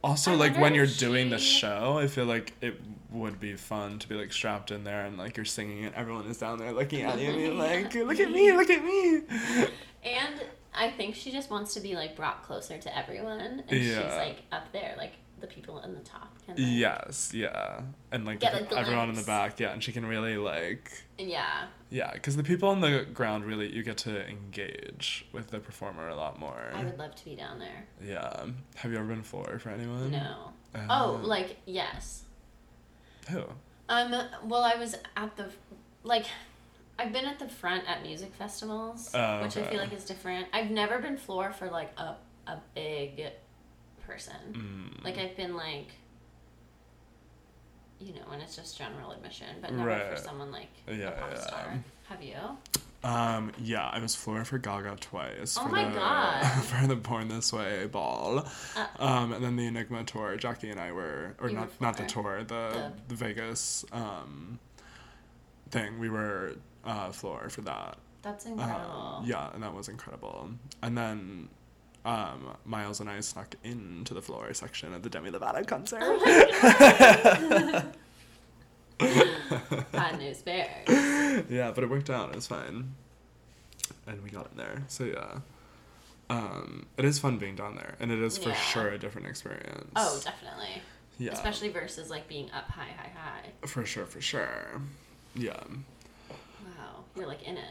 Speaker 2: also
Speaker 1: I
Speaker 2: like
Speaker 1: wonder
Speaker 2: when
Speaker 1: if
Speaker 2: you're doing the
Speaker 1: she-
Speaker 2: show, I feel like it would be fun to be like strapped in there and like you're singing and everyone is down there looking at you and being like, look at me, look at me.
Speaker 1: And I think she just wants to be like brought closer to everyone, and she's
Speaker 2: Yeah.
Speaker 1: like up there, like the people in the top. Can like,
Speaker 2: Yes, yeah, and like
Speaker 1: Get
Speaker 2: the-
Speaker 1: a
Speaker 2: everyone in the
Speaker 1: glimpse.
Speaker 2: back, yeah, and she can really like
Speaker 1: Yeah.
Speaker 2: Yeah, because the people on the ground really you get to engage with the performer a lot more.
Speaker 1: I would love to be down there.
Speaker 2: Yeah. Have you ever been floor for anyone?
Speaker 1: no.
Speaker 2: Uh,
Speaker 1: Oh, like yes.
Speaker 2: who?
Speaker 1: Um. Well, I was at the, like, I've been at the front at music festivals,
Speaker 2: Oh,
Speaker 1: which I
Speaker 2: okay.
Speaker 1: feel like is different. I've never been floor for like a a big person.
Speaker 2: Mm.
Speaker 1: Like I've been like, you know, and it's just general admission, but never for
Speaker 2: Right.
Speaker 1: someone like
Speaker 2: Yeah,
Speaker 1: a pop
Speaker 2: yeah.
Speaker 1: star. Have you?
Speaker 2: Um. Yeah, I was floor for Gaga twice.
Speaker 1: Oh
Speaker 2: for
Speaker 1: my
Speaker 2: the,
Speaker 1: God.
Speaker 2: for the Born This Way ball,
Speaker 1: Uh.
Speaker 2: um, and then the Enigma tour. Jackie and I were, or
Speaker 1: You were
Speaker 2: not, not the tour,
Speaker 1: The-
Speaker 2: the the Vegas um, thing. We were uh, floor for that.
Speaker 1: That's incredible.
Speaker 2: Um, yeah, and that was incredible. And then um, Miles and I snuck into the floor section of the Demi Lovato concert.
Speaker 1: Oh, Bad news bears.
Speaker 2: yeah, but it worked out. It was fine. And we got in there. So yeah. Um, it is fun being down there, and it is for
Speaker 1: Yeah.
Speaker 2: sure a different experience.
Speaker 1: Oh, definitely.
Speaker 2: yeah,
Speaker 1: Especially versus like being up high, high, high.
Speaker 2: for sure, for sure. Yeah,
Speaker 1: Wow, you're like in it.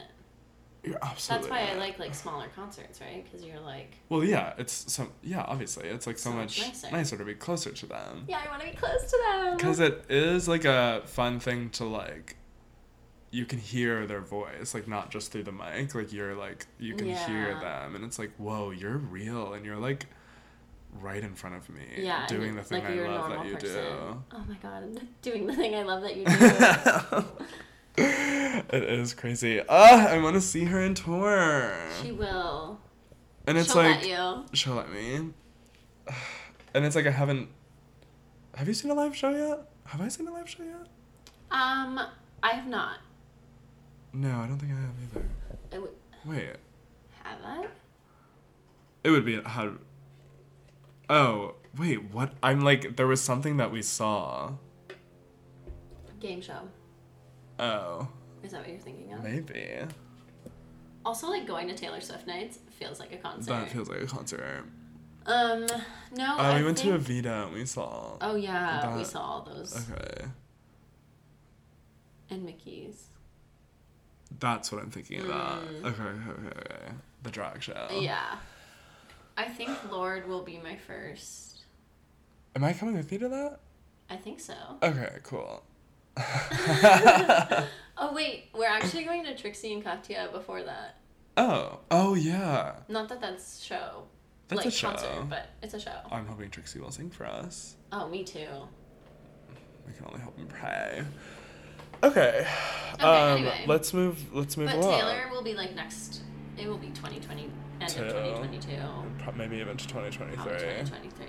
Speaker 2: you're
Speaker 1: That's
Speaker 2: absolutely.
Speaker 1: why I
Speaker 2: right.
Speaker 1: like like smaller concerts, right? Because you're like,
Speaker 2: Well, yeah, it's so yeah. Obviously, it's like so,
Speaker 1: So
Speaker 2: much
Speaker 1: much
Speaker 2: nicer.
Speaker 1: nicer.
Speaker 2: to be closer to them.
Speaker 1: yeah, I want to be close to them.
Speaker 2: because it is like a fun thing to like you can hear their voice like not just through the mic like you're like you can hear
Speaker 1: Yeah.
Speaker 2: them and it's like whoa you're real and you're like right in front of me
Speaker 1: yeah, and
Speaker 2: doing the thing
Speaker 1: like
Speaker 2: i
Speaker 1: you're a
Speaker 2: love that
Speaker 1: normal
Speaker 2: you
Speaker 1: person.
Speaker 2: do
Speaker 1: Oh my god, doing the thing I love that you do.
Speaker 2: it is crazy ah i want to see her in tour
Speaker 1: she will.
Speaker 2: and it's
Speaker 1: She'll
Speaker 2: like
Speaker 1: let you. Um,
Speaker 2: she'll let me and it's like i haven't have you seen a live show yet have i seen a live show yet
Speaker 1: Um, I have not.
Speaker 2: no i don't think i have either
Speaker 1: I w-
Speaker 2: wait
Speaker 1: have I?
Speaker 2: It would be how. Oh wait, what? I'm like there was something that we saw.
Speaker 1: Game show.
Speaker 2: Oh,
Speaker 1: Is that what you're thinking of?
Speaker 2: maybe
Speaker 1: Also, like going to Taylor Swift nights feels like a concert.
Speaker 2: that feels like a concert.
Speaker 1: um, no.
Speaker 2: Oh,
Speaker 1: I
Speaker 2: we went
Speaker 1: think-
Speaker 2: to Avita and we saw.
Speaker 1: Oh yeah, we
Speaker 2: that-
Speaker 1: saw all those
Speaker 2: Okay,
Speaker 1: and Mickey's.
Speaker 2: that's what I'm thinking about.
Speaker 1: Mm.
Speaker 2: Okay, okay, okay, okay. The drag show.
Speaker 1: Yeah. I think Lord will be my first.
Speaker 2: Am I coming with you to that?
Speaker 1: I think so.
Speaker 2: Okay, cool.
Speaker 1: Oh wait, we're actually going to Trixie and Katya before that.
Speaker 2: Oh, oh yeah.
Speaker 1: Not that that's show,
Speaker 2: That's
Speaker 1: like
Speaker 2: a show.
Speaker 1: concert, but it's a show.
Speaker 2: I'm hoping Trixie will sing for us.
Speaker 1: Oh, me too.
Speaker 2: We can only hope and pray. Okay. um,
Speaker 1: anyway.
Speaker 2: let's move. Let's move
Speaker 1: But
Speaker 2: along.
Speaker 1: Taylor will be like next. It will be 2020, end
Speaker 2: Two.
Speaker 1: of 2022,
Speaker 2: Pro- maybe even to
Speaker 1: probably
Speaker 2: 2023
Speaker 1: 2023.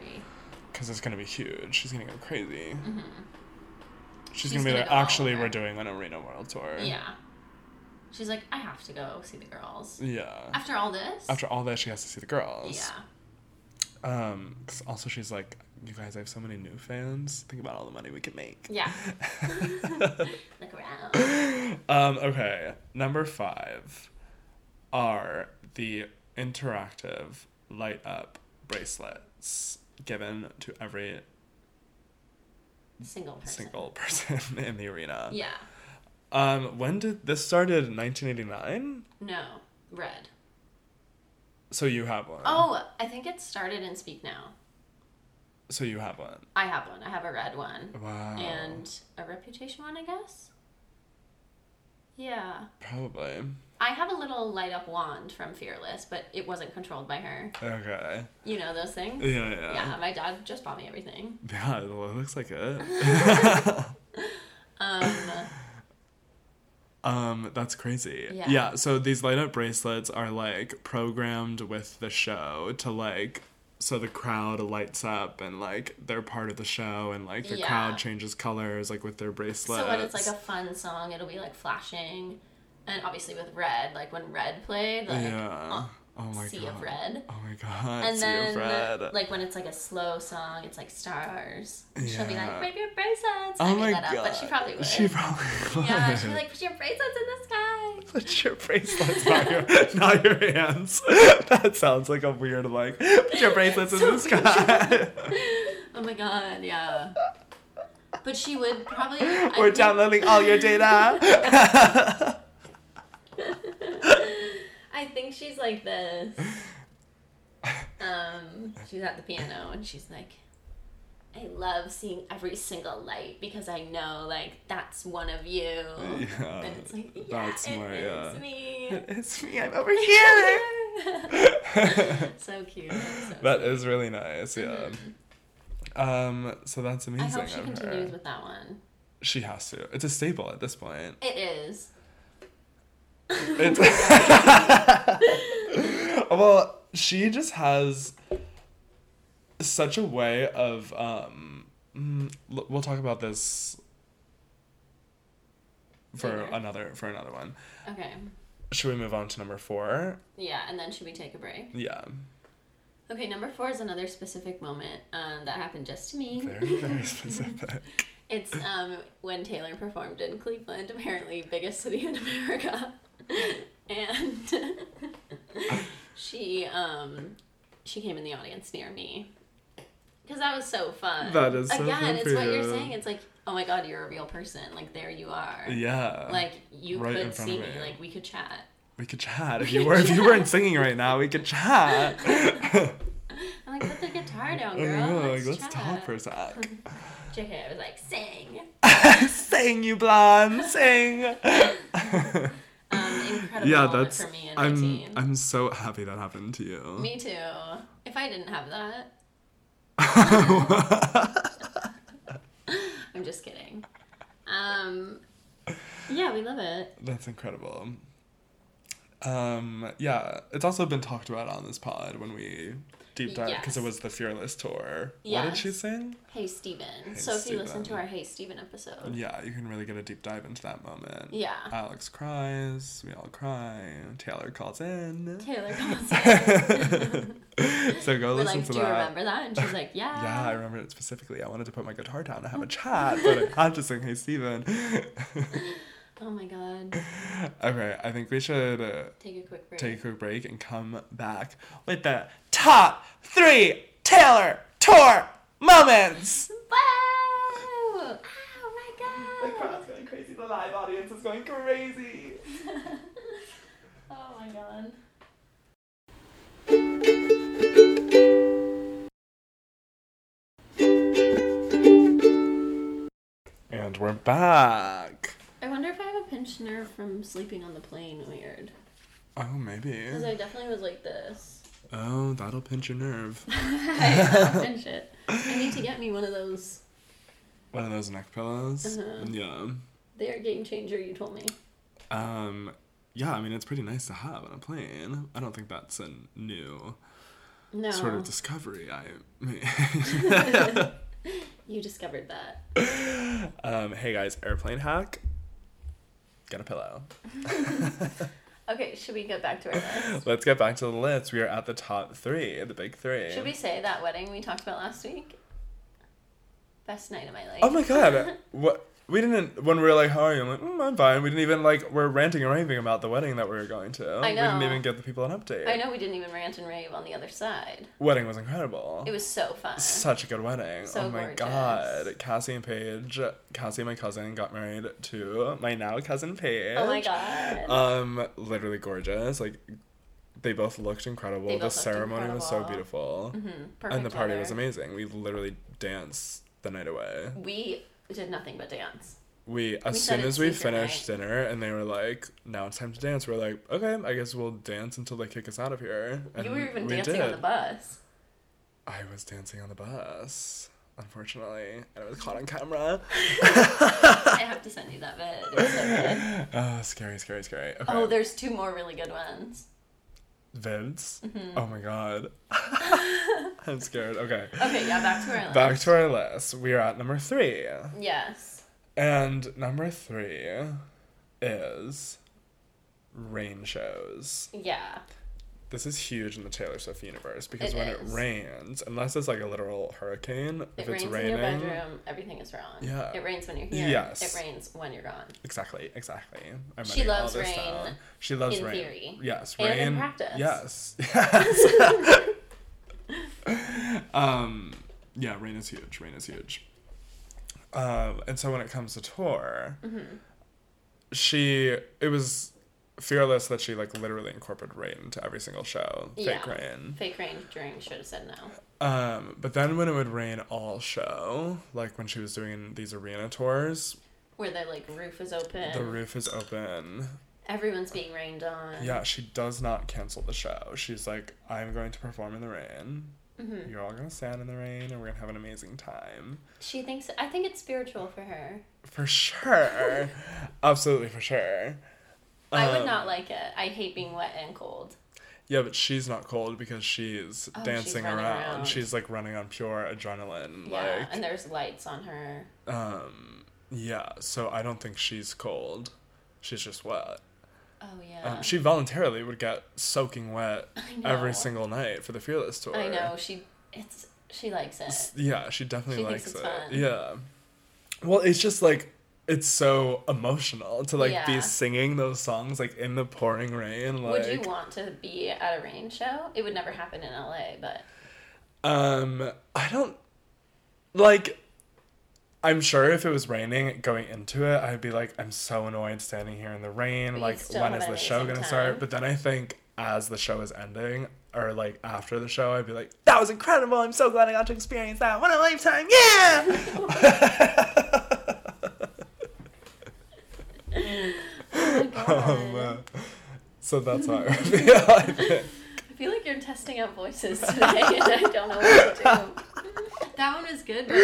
Speaker 2: because it's going to be huge she's going to go crazy
Speaker 1: hmm
Speaker 2: She's
Speaker 1: She's
Speaker 2: gonna be
Speaker 1: gonna
Speaker 2: like,
Speaker 1: go all
Speaker 2: actually,
Speaker 1: over.
Speaker 2: we're doing an arena world tour.
Speaker 1: Yeah. She's like, I have to go see the girls.
Speaker 2: Yeah.
Speaker 1: After all this?
Speaker 2: After all that, she has to see the girls.
Speaker 1: Yeah.
Speaker 2: Um, 'cause also she's like, you guys, I have so many new fans. Think about all the money we could make.
Speaker 1: Yeah. Look around.
Speaker 2: Um, okay. Number five are the interactive light up bracelets given to every
Speaker 1: Single person.
Speaker 2: single person in the arena.
Speaker 1: Yeah.
Speaker 2: Um, when did this started in 1989?
Speaker 1: No. Red.
Speaker 2: So you have one.
Speaker 1: Oh, I think it started in Speak Now.
Speaker 2: So you have one.
Speaker 1: I have one. I have a red one.
Speaker 2: Wow.
Speaker 1: And a reputation one, I guess? Yeah.
Speaker 2: Probably.
Speaker 1: I have a little light up wand from Fearless, but it wasn't controlled by her.
Speaker 2: Okay.
Speaker 1: You know those things?
Speaker 2: Yeah, yeah.
Speaker 1: Yeah, my dad just bought me everything.
Speaker 2: Yeah, it looks like it.
Speaker 1: Um,
Speaker 2: Um, that's crazy.
Speaker 1: Yeah.
Speaker 2: so these light up bracelets are like programmed with the show to like so the crowd lights up and like they're part of the show and like the
Speaker 1: Yeah.
Speaker 2: crowd changes colors like with their bracelets.
Speaker 1: so when it's like a fun song, it'll be like flashing, and obviously with red, like when red played, like
Speaker 2: Yeah. Oh my
Speaker 1: uh, sea
Speaker 2: god.
Speaker 1: of red.
Speaker 2: Oh my god.
Speaker 1: And
Speaker 2: sea
Speaker 1: then,
Speaker 2: of red.
Speaker 1: like when it's like a slow song, it's like stars. And She'll be
Speaker 2: Yeah.
Speaker 1: like, "Wave your bracelets." I
Speaker 2: oh
Speaker 1: made
Speaker 2: my
Speaker 1: that
Speaker 2: god.
Speaker 1: up, but she probably would.
Speaker 2: She probably would.
Speaker 1: yeah, she'd be like, "Put your bracelets in the sky."
Speaker 2: Put your bracelets, not your, not your hands. That sounds like a weird, like, put your bracelets in
Speaker 1: So
Speaker 2: the sky.
Speaker 1: Oh my god, yeah. But she would probably. I
Speaker 2: We're
Speaker 1: think-
Speaker 2: downloading all your data.
Speaker 1: I think she's like this. Um, she's at the piano and she's like, I love seeing every single light because I know like that's one of you.
Speaker 2: Yeah,
Speaker 1: and it's like, yeah,
Speaker 2: that's
Speaker 1: it
Speaker 2: my,
Speaker 1: is
Speaker 2: uh,
Speaker 1: me.
Speaker 2: it's me, I'm over here.
Speaker 1: so cute. that's so
Speaker 2: that
Speaker 1: cute.
Speaker 2: is really nice, yeah. Um, so that's
Speaker 1: I
Speaker 2: amazing. uh,
Speaker 1: hope she
Speaker 2: of
Speaker 1: continues
Speaker 2: her.
Speaker 1: with that one.
Speaker 2: She has to. It's a staple at this point.
Speaker 1: It is.
Speaker 2: It's well, she just has such a way of um. mm, l- We'll talk about this for
Speaker 1: Later.
Speaker 2: another for another one.
Speaker 1: Okay.
Speaker 2: Should we move on to number four?
Speaker 1: Yeah, and then should we take a break?
Speaker 2: Yeah,
Speaker 1: Okay, number four is another specific moment um, that happened just to me.
Speaker 2: very very specific.
Speaker 1: It's um when Taylor performed in Cleveland, apparently biggest city in America, and she um she came in the audience near me because that was so fun.
Speaker 2: That is so
Speaker 1: again,
Speaker 2: fun
Speaker 1: it's
Speaker 2: for
Speaker 1: what you're
Speaker 2: you.
Speaker 1: saying. It's like, oh my god, you're a real person. Like there you are.
Speaker 2: Yeah,
Speaker 1: Like you
Speaker 2: Right in
Speaker 1: could
Speaker 2: front
Speaker 1: see
Speaker 2: of
Speaker 1: me.
Speaker 2: me.
Speaker 1: Like we could chat.
Speaker 2: we could chat if
Speaker 1: We
Speaker 2: you
Speaker 1: could
Speaker 2: were if you
Speaker 1: chat.
Speaker 2: weren't singing right now. We could chat.
Speaker 1: I'm like, put the guitar down,
Speaker 2: I
Speaker 1: girl.
Speaker 2: know,
Speaker 1: let's
Speaker 2: like, let's
Speaker 1: chat.
Speaker 2: talk for a sec.
Speaker 1: JK, I was like, sing.
Speaker 2: sing, you blonde, sing.
Speaker 1: Um, incredible
Speaker 2: yeah,
Speaker 1: moment
Speaker 2: that's.
Speaker 1: for me and my
Speaker 2: I'm.
Speaker 1: team.
Speaker 2: I'm so happy that happened to you.
Speaker 1: Me too. If I didn't have that. I'm just kidding. Um, yeah, we love it.
Speaker 2: That's incredible. Um, yeah, it's also been talked about on this pod when we deep dive because it
Speaker 1: Yes.
Speaker 2: was the Fearless tour. What did she
Speaker 1: Yes.
Speaker 2: sing?
Speaker 1: Hey, Steven. so if you listen to
Speaker 2: Steven.
Speaker 1: our Hey, Steven episode.
Speaker 2: Yeah, you can really get a deep dive into that moment.
Speaker 1: Yeah.
Speaker 2: Alex cries, we all cry, Taylor calls in.
Speaker 1: Taylor calls in.
Speaker 2: so go
Speaker 1: We're
Speaker 2: listen
Speaker 1: like,
Speaker 2: to
Speaker 1: do you
Speaker 2: that.
Speaker 1: remember that? And she's like, yeah.
Speaker 2: Yeah, I remember it specifically. I wanted to put my guitar down and have a chat, but I had to sing Hey Steven.
Speaker 1: Oh my god.
Speaker 2: okay, I think we should uh,
Speaker 1: Take a quick break.
Speaker 2: take a quick break and come back with the top three Taylor tour moments.
Speaker 1: Wow! Oh my god.
Speaker 2: crowd's going crazy. The live audience is going crazy.
Speaker 1: Oh my god.
Speaker 2: And we're back.
Speaker 1: I wonder if I have a pinched nerve from sleeping on the plane weird.
Speaker 2: Oh, maybe.
Speaker 1: Because I definitely was like this.
Speaker 2: Oh, that'll pinch your nerve.
Speaker 1: I don't pinch it. I need to get me one of those.
Speaker 2: One of those neck pillows.
Speaker 1: Uh-huh.
Speaker 2: Yeah.
Speaker 1: They are game changer, you told me.
Speaker 2: Um, yeah, I mean, it's pretty nice to have on a plane. I don't think that's a new
Speaker 1: No.
Speaker 2: sort of discovery I made.
Speaker 1: You discovered that.
Speaker 2: Um, hey guys, airplane hack. Get a pillow.
Speaker 1: Okay, should we get back to our list?
Speaker 2: Let's get back to the list. We are at the top three, the big three.
Speaker 1: Should we say that wedding we talked about last week? Best night of my life.
Speaker 2: Oh my god! what we didn't when we were like, "How are you?" I'm like, mm, "I'm fine." We didn't even like we're ranting and raving about the wedding that we were going to.
Speaker 1: I
Speaker 2: We didn't
Speaker 1: know.
Speaker 2: even give the people an update.
Speaker 1: I know we didn't even rant and rave on the other side.
Speaker 2: Wedding was incredible.
Speaker 1: It was so fun.
Speaker 2: Oh. Such a good wedding.
Speaker 1: So
Speaker 2: oh my
Speaker 1: gorgeous.
Speaker 2: god. Cassie and Paige. Cassie, my cousin, got married to my now cousin Paige.
Speaker 1: Oh my god.
Speaker 2: Um, literally gorgeous. Like they both looked incredible.
Speaker 1: They
Speaker 2: the
Speaker 1: both looked
Speaker 2: ceremony was so
Speaker 1: incredible. Mm-hmm.
Speaker 2: beautiful.
Speaker 1: Perfect
Speaker 2: And the party
Speaker 1: weather.
Speaker 2: was amazing. We literally danced the night away.
Speaker 1: We did nothing but dance.
Speaker 2: We as
Speaker 1: We said
Speaker 2: soon
Speaker 1: it's
Speaker 2: as we
Speaker 1: secret, right?
Speaker 2: finished dinner and they were like, Now it's time to dance, we are like, Okay, I guess we'll dance until they kick us out of here. And
Speaker 1: you were even
Speaker 2: we
Speaker 1: dancing on
Speaker 2: did.
Speaker 1: the bus.
Speaker 2: I was dancing on the bus, unfortunately, and it was caught on camera.
Speaker 1: I have to send you that vid. It's so good.
Speaker 2: Oh, scary, scary, scary. Okay.
Speaker 1: Oh, there's two more really good ones.
Speaker 2: Vince.
Speaker 1: Mm-hmm.
Speaker 2: Oh my god. I'm scared. Okay.
Speaker 1: Okay, yeah, back to our list.
Speaker 2: Back to our list. We are at number three.
Speaker 1: Yes.
Speaker 2: And number three is rain shows.
Speaker 1: Yeah.
Speaker 2: This is huge in the Taylor Swift universe because
Speaker 1: It
Speaker 2: when
Speaker 1: is.
Speaker 2: it rains, unless it's like a literal hurricane, if
Speaker 1: It
Speaker 2: it's
Speaker 1: rains
Speaker 2: raining.
Speaker 1: in your bedroom, everything is wrong.
Speaker 2: Yeah.
Speaker 1: It rains when you're here.
Speaker 2: Yes.
Speaker 1: It rains when you're gone.
Speaker 2: Exactly, exactly. I'm
Speaker 1: She
Speaker 2: writing all
Speaker 1: loves
Speaker 2: this
Speaker 1: rain
Speaker 2: down. She loves
Speaker 1: in
Speaker 2: rain.
Speaker 1: theory.
Speaker 2: Yes,
Speaker 1: And
Speaker 2: rain.
Speaker 1: in practice.
Speaker 2: Yes. Yes. um, yeah, rain is huge. Rain is huge. Um, and so when it comes to tour,
Speaker 1: Mm-hmm.
Speaker 2: she it was fearless that she like literally incorporated rain into every single show. Fake
Speaker 1: Yeah.
Speaker 2: rain.
Speaker 1: Fake rain during should have said no.
Speaker 2: Um, but then when it would rain all show, like when she was doing these arena tours,
Speaker 1: Where the like roof is open.
Speaker 2: the roof is open.
Speaker 1: Everyone's being rained on.
Speaker 2: Yeah, she does not cancel the show. She's like, I'm going to perform in the rain.
Speaker 1: Mm-hmm.
Speaker 2: You're all going to stand in the rain and we're going to have an amazing time.
Speaker 1: She thinks I think it's spiritual for her.
Speaker 2: For sure. Absolutely for sure.
Speaker 1: I would
Speaker 2: Um,
Speaker 1: not like it. I hate being wet and cold.
Speaker 2: Yeah, but she's not cold because she's
Speaker 1: Oh, she's
Speaker 2: dancing
Speaker 1: running
Speaker 2: around.
Speaker 1: around.
Speaker 2: She's like running on pure adrenaline.
Speaker 1: Yeah.
Speaker 2: Like,
Speaker 1: and there's lights on her.
Speaker 2: um, yeah, so I don't think she's cold. She's just wet.
Speaker 1: Oh yeah.
Speaker 2: Um, she voluntarily would get soaking wet
Speaker 1: I know.
Speaker 2: every single night for the Fearless tour.
Speaker 1: I know she. It's she likes it.
Speaker 2: S- Yeah, she definitely
Speaker 1: She
Speaker 2: likes
Speaker 1: thinks
Speaker 2: it.
Speaker 1: it's fun.
Speaker 2: Yeah. Well, it's just like it's so emotional to like
Speaker 1: Yeah.
Speaker 2: be singing those songs like in the pouring rain. Like,
Speaker 1: would you want to be at a rain show? It would never happen in LA, but
Speaker 2: um, I don't like. I'm sure if it was raining going into it, I'd be like, I'm so annoyed standing here in the rain.
Speaker 1: you'd
Speaker 2: like,
Speaker 1: still
Speaker 2: when
Speaker 1: have
Speaker 2: is
Speaker 1: an
Speaker 2: the show
Speaker 1: amazing
Speaker 2: gonna
Speaker 1: time.
Speaker 2: start? But then I think as the show is ending or like after the show, I'd be like, that was incredible. I'm so glad I got to experience that. What a lifetime. Yeah.
Speaker 1: Oh
Speaker 2: Um, uh, so that's how I feel. I
Speaker 1: I feel like you're testing out voices today, and I don't know what to do. That one was good. But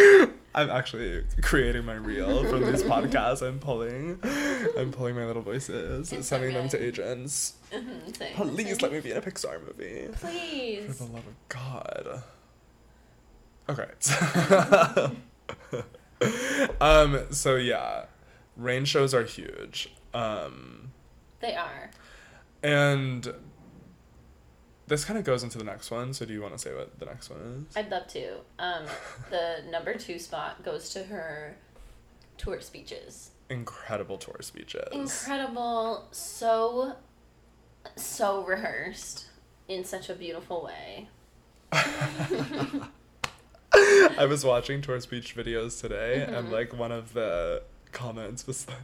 Speaker 2: am actually creating my reel from these podcasts. I'm pulling, I'm pulling my little voices, and
Speaker 1: It's
Speaker 2: sending them to
Speaker 1: okay.
Speaker 2: agents.
Speaker 1: Mhm, same,
Speaker 2: Please
Speaker 1: same.
Speaker 2: let me be in a Pixar movie. For
Speaker 1: Please.
Speaker 2: the love of God. Okay. um. So yeah, rain shows are huge. Um.
Speaker 1: They are.
Speaker 2: And this kind of goes into the next one. So do you want to say what the next one is?
Speaker 1: I'd love to. Um, the number two spot goes to her tour speeches.
Speaker 2: Incredible tour speeches.
Speaker 1: Incredible. So, so rehearsed in such a beautiful way.
Speaker 2: I was watching tour speech videos today,
Speaker 1: Mm-hmm.
Speaker 2: and like one of the comments was like,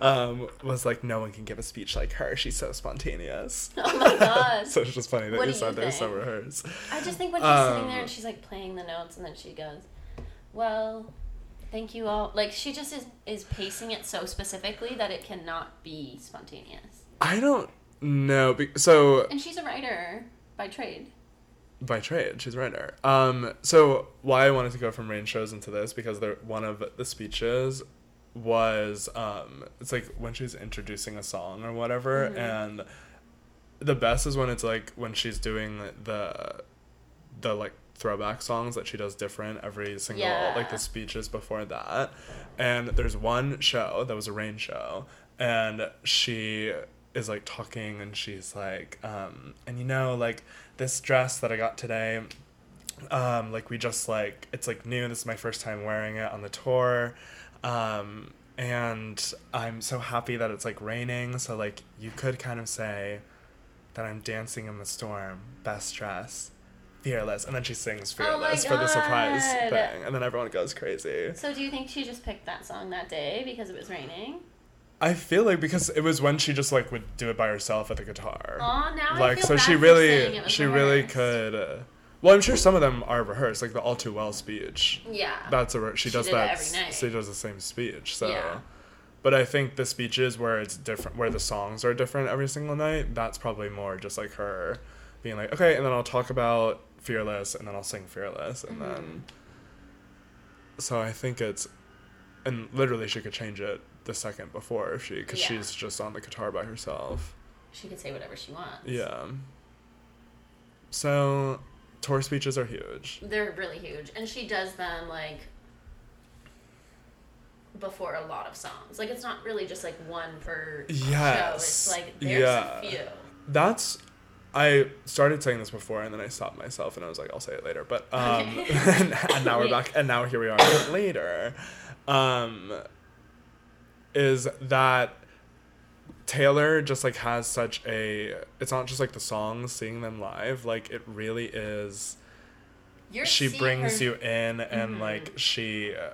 Speaker 2: um, was like, no one can give a speech like her. She's so spontaneous.
Speaker 1: Oh my god.
Speaker 2: so it's just funny that
Speaker 1: What
Speaker 2: you
Speaker 1: do
Speaker 2: said
Speaker 1: you
Speaker 2: they're so
Speaker 1: think?
Speaker 2: rehearsed.
Speaker 1: I just think when she's sitting there
Speaker 2: Um,
Speaker 1: and she's like playing the notes and then she goes, "Well, thank you all." Like she just is is pacing it so specifically that it cannot be spontaneous.
Speaker 2: I don't know. Be- so
Speaker 1: And she's a writer by trade.
Speaker 2: by trade, she's a writer. Um, so why I wanted to go from rain shows into this because they're, one of the speeches was um, it's like when she's introducing a song or whatever, and the best is when it's like when she's doing the the like throwback songs that she does different every single
Speaker 1: Yeah.
Speaker 2: like the speeches before that. And there's one show that was a rain show and she is like talking and she's like um and you know like this dress that I got today um like we just like it's like new this is my first time wearing it on the tour um and i'm so happy that it's like raining so like you could kind of say that i'm dancing in the storm best dress fearless and then she sings
Speaker 1: Oh my
Speaker 2: fearless for the surprise
Speaker 1: God.
Speaker 2: thing and then everyone goes crazy
Speaker 1: So do you think she just picked that song that day because it was raining?
Speaker 2: i feel like because it was when she just like would do it by herself at the guitar
Speaker 1: Aw, now I
Speaker 2: like
Speaker 1: feel
Speaker 2: so
Speaker 1: bad
Speaker 2: she
Speaker 1: for saying
Speaker 2: really
Speaker 1: it was
Speaker 2: she really
Speaker 1: rehearsed.
Speaker 2: could uh, well i'm sure some of them are rehearsed like the all too well speech
Speaker 1: Yeah.
Speaker 2: That's a re- she,
Speaker 1: She
Speaker 2: does
Speaker 1: did it
Speaker 2: that.
Speaker 1: every night.
Speaker 2: She does the same speech. So,
Speaker 1: Yeah.
Speaker 2: but I think the speeches where it's different, where the songs are different every single night. That's probably more just like her being like, okay, and then I'll talk about fearless, and then I'll sing fearless, and
Speaker 1: Mm-hmm.
Speaker 2: then. So I think it's, and literally she could change it the second before if she, because
Speaker 1: Yeah.
Speaker 2: she's just on the guitar by herself.
Speaker 1: she could say whatever she wants.
Speaker 2: Yeah. So, tour speeches are huge.
Speaker 1: They're really huge. And she does them like before a lot of songs. Like it's not really just like one per show.
Speaker 2: Yes.
Speaker 1: It's like there's
Speaker 2: Yeah.
Speaker 1: a few.
Speaker 2: that's I started saying this before and then I stopped myself and I was like, I'll say it later. But um
Speaker 1: Okay.
Speaker 2: and, now we're
Speaker 1: Wait.
Speaker 2: back and now here we are later. Um is that Taylor just like has such a it's not just like the songs, seeing them live, like it really is
Speaker 1: You're
Speaker 2: she
Speaker 1: seeing
Speaker 2: brings
Speaker 1: her-
Speaker 2: you in and
Speaker 1: Mhm.
Speaker 2: like she uh,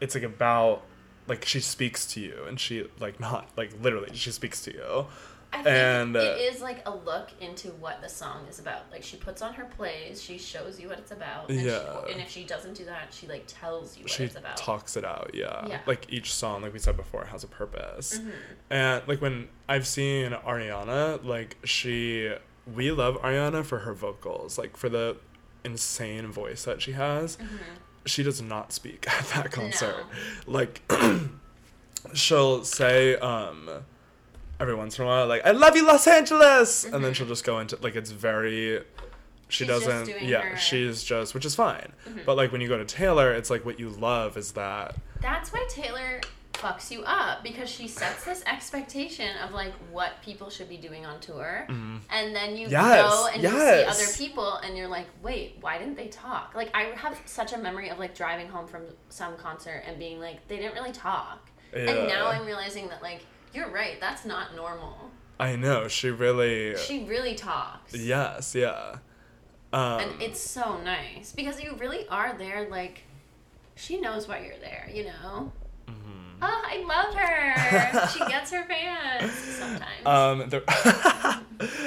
Speaker 2: it's like about like she speaks to you and she like not like literally she speaks to you.
Speaker 1: I think
Speaker 2: and, uh,
Speaker 1: it is like a look into what the song is about. Like she puts on her plays, she shows you what it's about. And
Speaker 2: Yeah.
Speaker 1: She, and if she doesn't do that, she like tells you what
Speaker 2: she
Speaker 1: it's about.
Speaker 2: talks it out yeah.
Speaker 1: Yeah. Mm-hmm.
Speaker 2: like each song like we said before has a purpose and like when i've seen ariana like she we love ariana for her vocals like for the insane voice that she has
Speaker 1: Mm-hmm.
Speaker 2: she does not speak at that concert like she'll say um every once in a while like i love you los angeles and then she'll just go into like it's very
Speaker 1: Mm-hmm.
Speaker 2: she
Speaker 1: She's just
Speaker 2: doesn't
Speaker 1: doing
Speaker 2: yeah
Speaker 1: her- Mm-hmm.
Speaker 2: she's just which is fine but like when you go to taylor it's like what you love is that
Speaker 1: That's why Taylor fucks you up because she sets this expectation of like what people should be doing on tour, and then you
Speaker 2: Mm-hmm. Yes,
Speaker 1: go and you
Speaker 2: yes.
Speaker 1: see other people, and you're like, wait, why didn't they talk? Like I have such a memory of like driving home from some concert and being like, they didn't really talk,
Speaker 2: Yeah.
Speaker 1: and now I'm realizing that like you're right, that's not normal.
Speaker 2: i know she really
Speaker 1: She really talks.
Speaker 2: yes yeah um
Speaker 1: and it's so nice because you really are there like she knows why you're there you know
Speaker 2: Mm-hmm.
Speaker 1: oh i love her she gets her fans sometimes
Speaker 2: um there,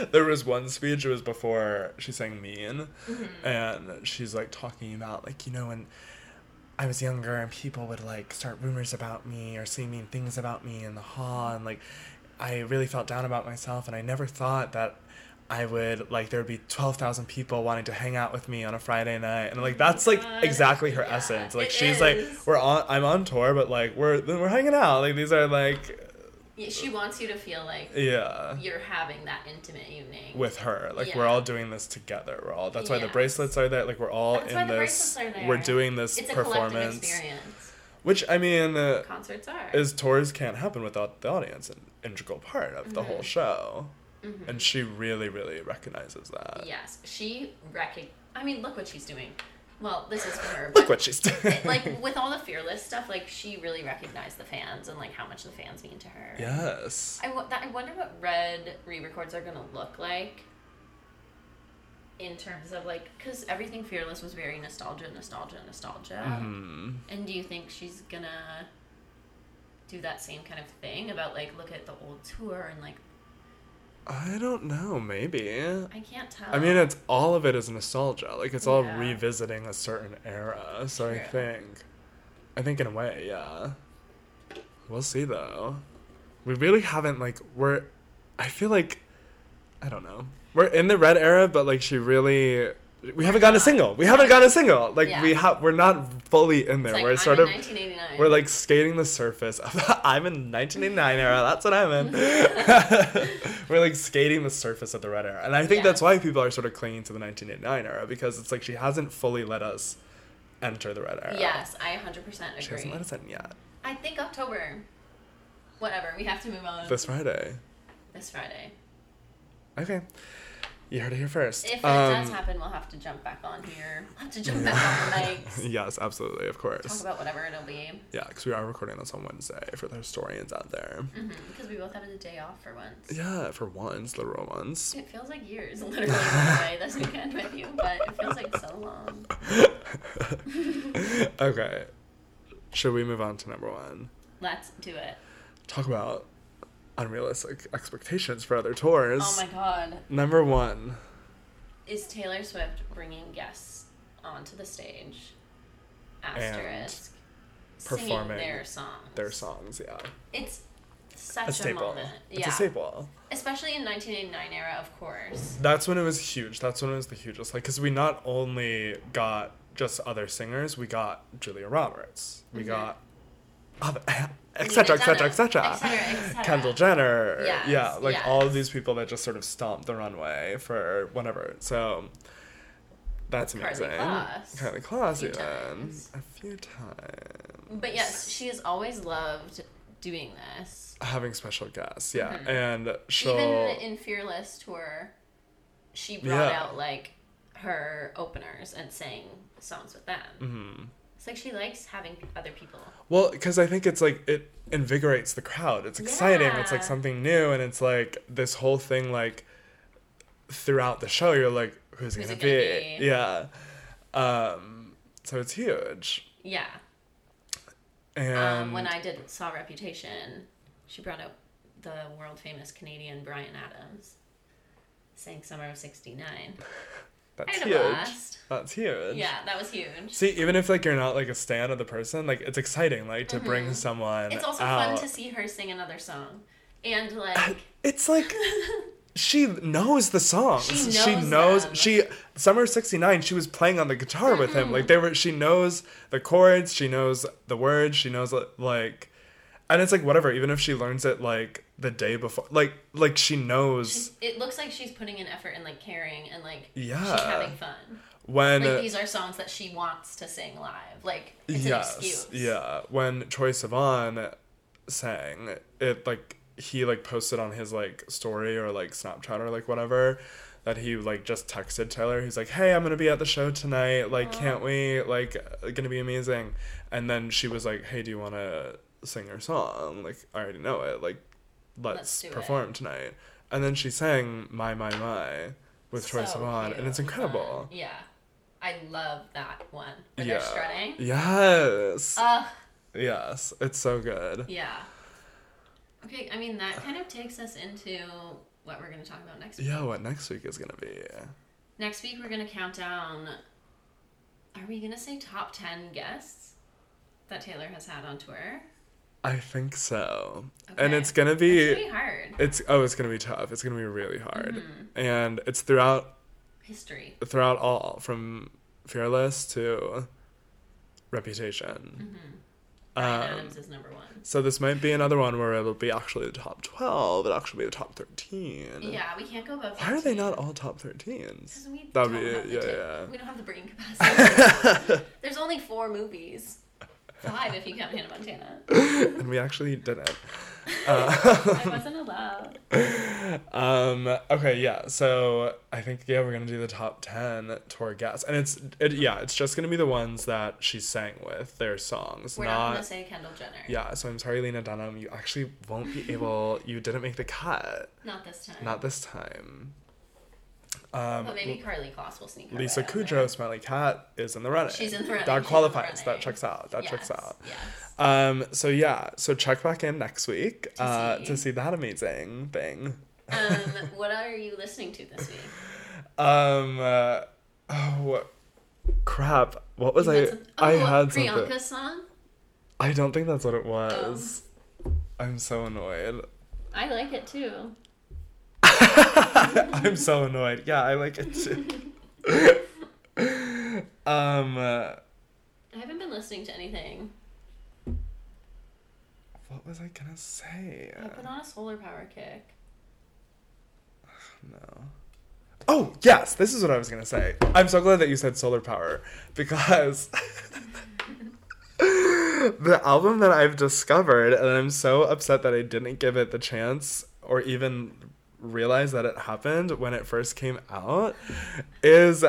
Speaker 2: there was one speech it was before she sang mean
Speaker 1: Mm-hmm.
Speaker 2: and she's like talking about like you know when I was younger and people would like start rumors about me or say mean things about me in the hall and like I really felt down about myself and I never thought that I would like there would be 12,000 people wanting to hang out with me on a Friday night and like that's like
Speaker 1: Oh God.
Speaker 2: exactly her
Speaker 1: Yeah,
Speaker 2: essence like
Speaker 1: it
Speaker 2: she's like
Speaker 1: is.
Speaker 2: we're on I'm on tour but like we're we're hanging out like these are like
Speaker 1: Yeah, she wants you to feel like
Speaker 2: yeah
Speaker 1: you're having that intimate evening
Speaker 2: with her. Like
Speaker 1: Yeah.
Speaker 2: we're all doing this together. We're all that's why the
Speaker 1: Yes.
Speaker 2: bracelets are there. Like we're all
Speaker 1: That's
Speaker 2: in
Speaker 1: why the
Speaker 2: this.
Speaker 1: bracelets are
Speaker 2: We're
Speaker 1: there.
Speaker 2: doing this
Speaker 1: it's a collective
Speaker 2: performance,
Speaker 1: experience
Speaker 2: which I mean, uh,
Speaker 1: concerts are
Speaker 2: is tours can't happen without the audience, an integral part of the
Speaker 1: Mm-hmm.
Speaker 2: whole show. And she really, really recognizes that.
Speaker 1: yes she recog i mean look what she's doing well this is for her
Speaker 2: Look
Speaker 1: but
Speaker 2: what she's doing.
Speaker 1: like with all the fearless stuff like she really recognized the fans and like how much the fans mean to her
Speaker 2: yes.
Speaker 1: I, w- that, I wonder what red re-records are gonna look like in terms of like because everything fearless was very nostalgia nostalgia nostalgia
Speaker 2: Hmm.
Speaker 1: and do you think she's gonna do that same kind of thing about like look at the old tour and like
Speaker 2: Mm-hmm. I don't know. Maybe.
Speaker 1: i can't tell
Speaker 2: I mean, it's all of it is nostalgia. Like it's all
Speaker 1: Yeah.
Speaker 2: revisiting a certain era. So I
Speaker 1: True.
Speaker 2: think, I think in a way, yeah. We'll see though. We really haven't like we're. I feel like, I don't know. We're in the red era, but like she really we haven't gotten a single. We haven't gotten a single. Like
Speaker 1: Yeah.
Speaker 2: we have, we're not fully in there.
Speaker 1: It's like,
Speaker 2: we're
Speaker 1: I'm
Speaker 2: sort
Speaker 1: in
Speaker 2: of,
Speaker 1: 1989.
Speaker 2: we're like skating the surface. Of, I'm in 1989 era. That's what I'm in. we're like skating the surface of the red era, and I think
Speaker 1: Yeah.
Speaker 2: that's why people are sort of clinging to the 1989 era because it's like she hasn't fully let us enter the red era.
Speaker 1: yes, I 100%
Speaker 2: uh, she hasn't
Speaker 1: agree.
Speaker 2: let us in yet.
Speaker 1: I think October. Whatever, we have to move on.
Speaker 2: This Friday.
Speaker 1: This Friday.
Speaker 2: Okay, you heard it here first.
Speaker 1: If it does
Speaker 2: Um,
Speaker 1: happen, we'll have to jump back on here. We'll have to jump back on the mics.
Speaker 2: Yes, absolutely, of
Speaker 1: Talk
Speaker 2: course.
Speaker 1: about whatever it'll be.
Speaker 2: Yeah, because we are recording this on Wednesday for the historians out there.
Speaker 1: Mm. Mm-hmm, Because we both have a day off for once.
Speaker 2: Yeah, for once, literal once.
Speaker 1: It feels like years, literally, by the way, this weekend with you, but it feels like so long.
Speaker 2: Okay, should we move on to number one?
Speaker 1: Let's do it.
Speaker 2: Talk about unrealistic expectations for other tours.
Speaker 1: Oh my god.
Speaker 2: Number one.
Speaker 1: Is Taylor Swift bringing guests onto the stage? Asterisk.
Speaker 2: performing
Speaker 1: singing their songs.
Speaker 2: Their songs, yeah.
Speaker 1: It's such
Speaker 2: A
Speaker 1: a,
Speaker 2: staple.
Speaker 1: moment.
Speaker 2: It's
Speaker 1: yeah.
Speaker 2: a staple.
Speaker 1: Especially in 1989 era, of course.
Speaker 2: That's when it was huge. That's when it was the hugest. Like, because we not only got just other singers, we got Julia Roberts, we
Speaker 1: Mhm.
Speaker 2: got other, et cetera, et cetera, et
Speaker 1: Et cetera,
Speaker 2: cetera.
Speaker 1: et cetera.
Speaker 2: Kendall Jenner,
Speaker 1: Yes,
Speaker 2: yeah, like all of
Speaker 1: yes.
Speaker 2: these people that just sort of stomped the runway for whatever. So that's
Speaker 1: Carly
Speaker 2: amazing.
Speaker 1: Kloss.
Speaker 2: Carly
Speaker 1: A
Speaker 2: Kloss,
Speaker 1: few
Speaker 2: even.
Speaker 1: times.
Speaker 2: a few times.
Speaker 1: But yes, she has always loved doing this.
Speaker 2: having special guests, yeah,
Speaker 1: Mhm.
Speaker 2: and she'll
Speaker 1: Even in Fearless tour, she brought
Speaker 2: Yeah.
Speaker 1: out like her openers and sang songs with them.
Speaker 2: Mhm.
Speaker 1: It's like she likes having other people.
Speaker 2: Well, because I think it's like it invigorates the crowd. It's exciting. It's like
Speaker 1: Yeah.
Speaker 2: something new, and it's like this whole thing. Like throughout the show, you're like, who's, it
Speaker 1: Who's
Speaker 2: gonna,
Speaker 1: it gonna
Speaker 2: be?
Speaker 1: be?
Speaker 2: Yeah. Um. So it's huge.
Speaker 1: Yeah.
Speaker 2: And
Speaker 1: Um, when I did Saw Reputation, she brought out the world famous Canadian Brian Adams, sang Summer of '69. I
Speaker 2: that's
Speaker 1: had a
Speaker 2: huge.
Speaker 1: blast.
Speaker 2: That's huge.
Speaker 1: Yeah, that was huge.
Speaker 2: See, even if like you're not like a stan of the person, like it's exciting, like to bring someone.
Speaker 1: Mm-hmm. It's also
Speaker 2: out.
Speaker 1: fun to see her sing another song, and like
Speaker 2: It's like she knows the songs.
Speaker 1: She knows them.
Speaker 2: she Summer of 69 she was playing on the guitar with him. Like they were she knows the chords, she knows the words, she knows like and it's like whatever even if she learns it like the day before like like she knows
Speaker 1: it looks like she's putting in effort and like caring and like she's
Speaker 2: Yeah.
Speaker 1: having fun.
Speaker 2: when
Speaker 1: Like these are songs that she wants to sing live. Like it's
Speaker 2: yes
Speaker 1: an excuse.
Speaker 2: yeah when Troy Sivan sang it like he like posted on his like story or like Snapchat or like whatever that he like just texted Taylor he's like hey I'm gonna be at the show tonight like can't we like gonna be amazing and then she was like hey do you wanna sing your song like I already know it like
Speaker 1: Let's
Speaker 2: let's,
Speaker 1: do it."
Speaker 2: perform tonight and then she sang my my my with Troy
Speaker 1: So
Speaker 2: Sivan
Speaker 1: cute
Speaker 2: and it's incredible
Speaker 1: fun. Yeah. I love that one. When
Speaker 2: yeah
Speaker 1: they're strutting.
Speaker 2: yes
Speaker 1: Ugh.
Speaker 2: Yes, it's so good.
Speaker 1: Yeah. Okay, I mean that kind of takes us into what we're gonna talk about next week.
Speaker 2: Yeah, what next week is gonna be?
Speaker 1: Next week we're gonna count down are we gonna say top ten guests that Taylor has had on tour?
Speaker 2: I think so. And
Speaker 1: Okay.
Speaker 2: it's gonna
Speaker 1: It's
Speaker 2: be
Speaker 1: pretty hard.
Speaker 2: it's oh, it's gonna be tough. It's gonna be really hard.
Speaker 1: Mm-hmm.
Speaker 2: And it's throughout
Speaker 1: History.
Speaker 2: throughout all from Fearless to
Speaker 1: Mm-hmm. Brian
Speaker 2: Reputation. Um,
Speaker 1: Adams is number one.
Speaker 2: so this might be another one where it'll be actually the top 12, it'll actually be the top 13.
Speaker 1: Yeah, we can't go above.
Speaker 2: Why are they
Speaker 1: 13.
Speaker 2: not all top 13s?
Speaker 1: Because we
Speaker 2: That'd
Speaker 1: don't
Speaker 2: be
Speaker 1: have
Speaker 2: it,
Speaker 1: the
Speaker 2: yeah,
Speaker 1: ta-
Speaker 2: yeah.
Speaker 1: We don't have the brain capacity. There's only four movies. Five if you count Hannah Montana. Mm-hmm.
Speaker 2: and we actually didn't.
Speaker 1: I wasn't allowed.
Speaker 2: Um. Okay. Yeah. So I think yeah we're gonna do the top ten tour guests, and it's it, yeah it's just gonna be the ones that she sang with their songs,
Speaker 1: We're not,
Speaker 2: not.
Speaker 1: gonna say Kendall Jenner.
Speaker 2: yeah, so I'm sorry, Lena Dunham. You actually won't be able. You didn't make the cut.
Speaker 1: Not this time.
Speaker 2: Not this time. Um,
Speaker 1: But maybe Carly Kloss will sneak. her
Speaker 2: Lisa
Speaker 1: way out
Speaker 2: Kudrow,
Speaker 1: there.
Speaker 2: Smiley Cat, is in the running.
Speaker 1: She's in the running, she's in
Speaker 2: That
Speaker 1: the
Speaker 2: qualifies.
Speaker 1: running.
Speaker 2: That checks out. That checks
Speaker 1: Yes,
Speaker 2: out.
Speaker 1: Yes.
Speaker 2: Um. So yeah. So check back in next week
Speaker 1: To
Speaker 2: uh,
Speaker 1: see.
Speaker 2: to see that amazing thing.
Speaker 1: Um, what are you listening to this week?
Speaker 2: Um. Uh, oh, crap. What was
Speaker 1: You
Speaker 2: I?
Speaker 1: had some-
Speaker 2: I
Speaker 1: oh,
Speaker 2: had
Speaker 1: Priyanka's
Speaker 2: something.
Speaker 1: song.
Speaker 2: I don't think that's what it was.
Speaker 1: Um,
Speaker 2: I'm so annoyed.
Speaker 1: I like it too.
Speaker 2: I'm so annoyed. Yeah, I like it too. Um, uh,
Speaker 1: I haven't been listening to anything.
Speaker 2: what was I gonna say?
Speaker 1: I put on a solar power kick.
Speaker 2: No. Oh, yes, this is what I was going to say. I'm so glad that you said solar power because the album that I've discovered, and I'm so upset that I didn't give it the chance or even realize that it happened when it first came out, is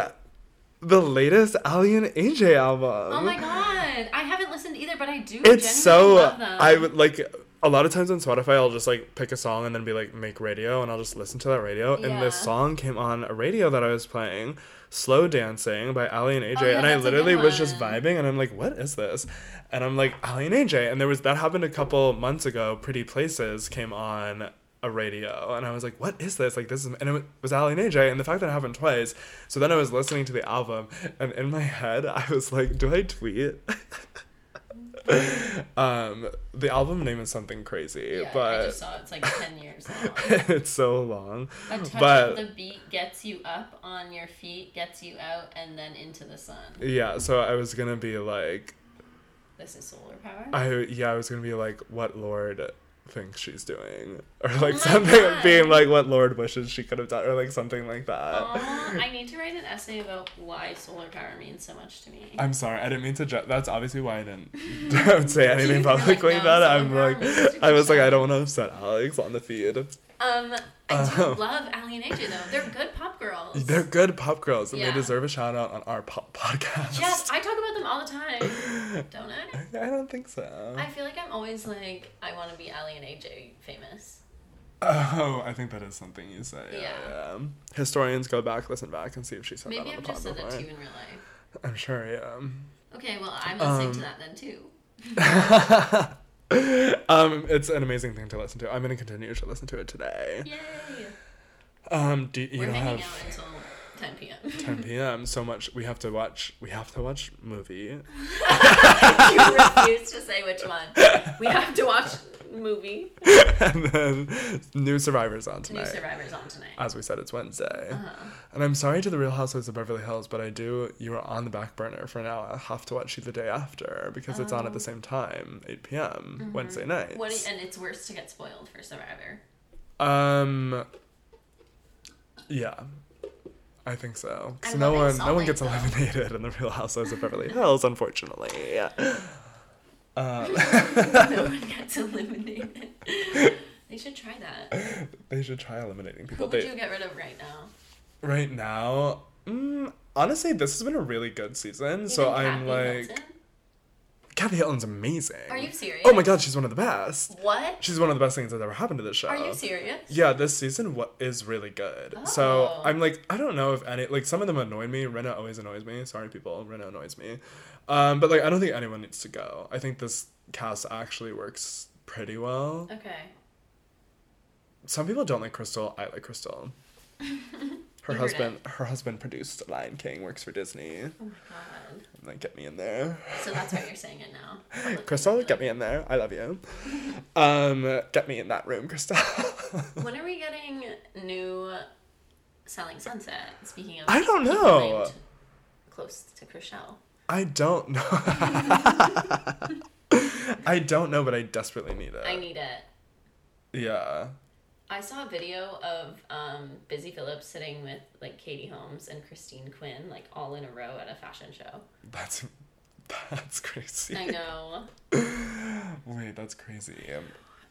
Speaker 2: the latest Ali and AJ album.
Speaker 1: Oh my god, I haven't listened either, but I do.
Speaker 2: It's so
Speaker 1: genuinely love them.
Speaker 2: I would like a lot of times on Spotify I'll just like pick a song and then be like make radio and I'll just listen to that radio and
Speaker 1: Yeah.
Speaker 2: this song came on a radio that I was playing Slow Dancing by Ali and AJ
Speaker 1: Oh, yeah,
Speaker 2: and I
Speaker 1: that's a good
Speaker 2: literally was just
Speaker 1: one.
Speaker 2: vibing and I'm like what is this and I'm like Ali and AJ and there was that happened a couple months ago Pretty Places came on a radio and I was like what is this like this is and it was Ali and AJ and the fact that it happened twice so then I was listening to the album and in my head I was like do I tweet um, the album name is something crazy,
Speaker 1: Yeah, I just
Speaker 2: but
Speaker 1: saw it's like ten years long.
Speaker 2: it's so long.
Speaker 1: A touch
Speaker 2: But-
Speaker 1: of the beat gets you up on your feet, gets you out, and then into the sun.
Speaker 2: Yeah, so I was gonna be like,
Speaker 1: This is solar power.
Speaker 2: I yeah, I was gonna be like, what Lord thinks she's doing, or like
Speaker 1: Oh my
Speaker 2: something
Speaker 1: God.
Speaker 2: being like, what Lord wishes she could have done, or like something like that.
Speaker 1: Aw, I need to write an essay about why solar power means so much to me.
Speaker 2: I'm sorry, I didn't mean to. Ju- that's obviously why I didn't don't say anything
Speaker 1: You're like,
Speaker 2: publicly
Speaker 1: no,
Speaker 2: about it. I'm
Speaker 1: someone
Speaker 2: like,
Speaker 1: promised you
Speaker 2: I was like, I
Speaker 1: something.
Speaker 2: don't want to upset Alex on the feed.
Speaker 1: Um, I do
Speaker 2: Um.
Speaker 1: love Ali and AJ though. They're good pop girls.
Speaker 2: They're good pop girls, and
Speaker 1: Yeah.
Speaker 2: they deserve a shout out on our po- podcast.
Speaker 1: yes, I talk about them all the time, don't I?
Speaker 2: I don't think so.
Speaker 1: I feel like I'm always like I want to be Ali and AJ famous.
Speaker 2: Oh, I think that is something you say. Yeah.
Speaker 1: Yeah.
Speaker 2: yeah. Historians go back, listen back, and see if she said
Speaker 1: Maybe
Speaker 2: that on
Speaker 1: I've
Speaker 2: the
Speaker 1: just
Speaker 2: pod
Speaker 1: said that
Speaker 2: before.
Speaker 1: to you in real life.
Speaker 2: I'm sure, yeah.
Speaker 1: Okay, well I'm listening to
Speaker 2: Um.
Speaker 1: that then too.
Speaker 2: um, it's an amazing thing to listen to. I'm gonna continue to listen to it today.
Speaker 1: Yay!
Speaker 2: Um, do you
Speaker 1: We're
Speaker 2: don't
Speaker 1: hanging
Speaker 2: have
Speaker 1: out until 10 p.m.
Speaker 2: 10 p.m. So much we have to watch. We have to watch movie.
Speaker 1: you refuse to say which one. We have to watch movie.
Speaker 2: and then new Survivors on
Speaker 1: New
Speaker 2: tonight.
Speaker 1: Survivors on tonight.
Speaker 2: As we said, it's Wednesday.
Speaker 1: Uh-huh.
Speaker 2: And I'm sorry to the Real Housewives of Beverly Hills, but I do. You are on the back burner for now. I'll have to watch you the day after because it's on at the same time, 8 p.m. Wednesday night.
Speaker 1: Oh. Mm-hmm. What do you- and it's worse to get spoiled for Survivor.
Speaker 2: um. Yeah, I think so. 'Cause
Speaker 1: I
Speaker 2: no
Speaker 1: love
Speaker 2: one, no one
Speaker 1: Exalt
Speaker 2: gets
Speaker 1: Life, though.
Speaker 2: eliminated in the Real Housewives of Beverly Hills, unfortunately. Um,
Speaker 1: no one gets eliminated. They should try that.
Speaker 2: they should try eliminating
Speaker 1: Who
Speaker 2: people.
Speaker 1: would
Speaker 2: They-
Speaker 1: you get rid of right now?
Speaker 2: right now, mm, honestly, this has been a really good season.
Speaker 1: You
Speaker 2: so
Speaker 1: think
Speaker 2: I'm
Speaker 1: Kathy
Speaker 2: like,
Speaker 1: Hilton?
Speaker 2: Kathy Hilton's amazing.
Speaker 1: Are you serious?
Speaker 2: Oh my god, she's one of the best.
Speaker 1: What?
Speaker 2: She's one of the best things that's ever happened to this show.
Speaker 1: Are you serious?
Speaker 2: Yeah, this season what is really good. So
Speaker 1: Oh.
Speaker 2: I'm like, I don't know if any like some of them annoy me. Rena always annoys me. Sorry, people, Rena annoys me. Um, but like, I don't think anyone needs to go. I think this cast actually works pretty well.
Speaker 1: Okay.
Speaker 2: Some people don't like Crystal. I like Crystal. Her
Speaker 1: You heard
Speaker 2: husband, her husband produced Lion King, works for Disney.
Speaker 1: Oh my god.
Speaker 2: Like, get me in there.
Speaker 1: So that's why you're saying it now. Publicly.
Speaker 2: Crystal, get me in there. I love you. Um, get me in that room, Crystal.
Speaker 1: When are we getting new Selling Sunset? Speaking of,
Speaker 2: I don't
Speaker 1: people
Speaker 2: know.
Speaker 1: named Close to Chriselle.
Speaker 2: I don't know. I don't know, but I desperately need it.
Speaker 1: I need it.
Speaker 2: yeah.
Speaker 1: I saw a video of um, Busy Phillips sitting with like Katie Holmes and Christine Quinn, like all in a row at a fashion show.
Speaker 2: That's that's crazy.
Speaker 1: I know.
Speaker 2: Wait, that's crazy.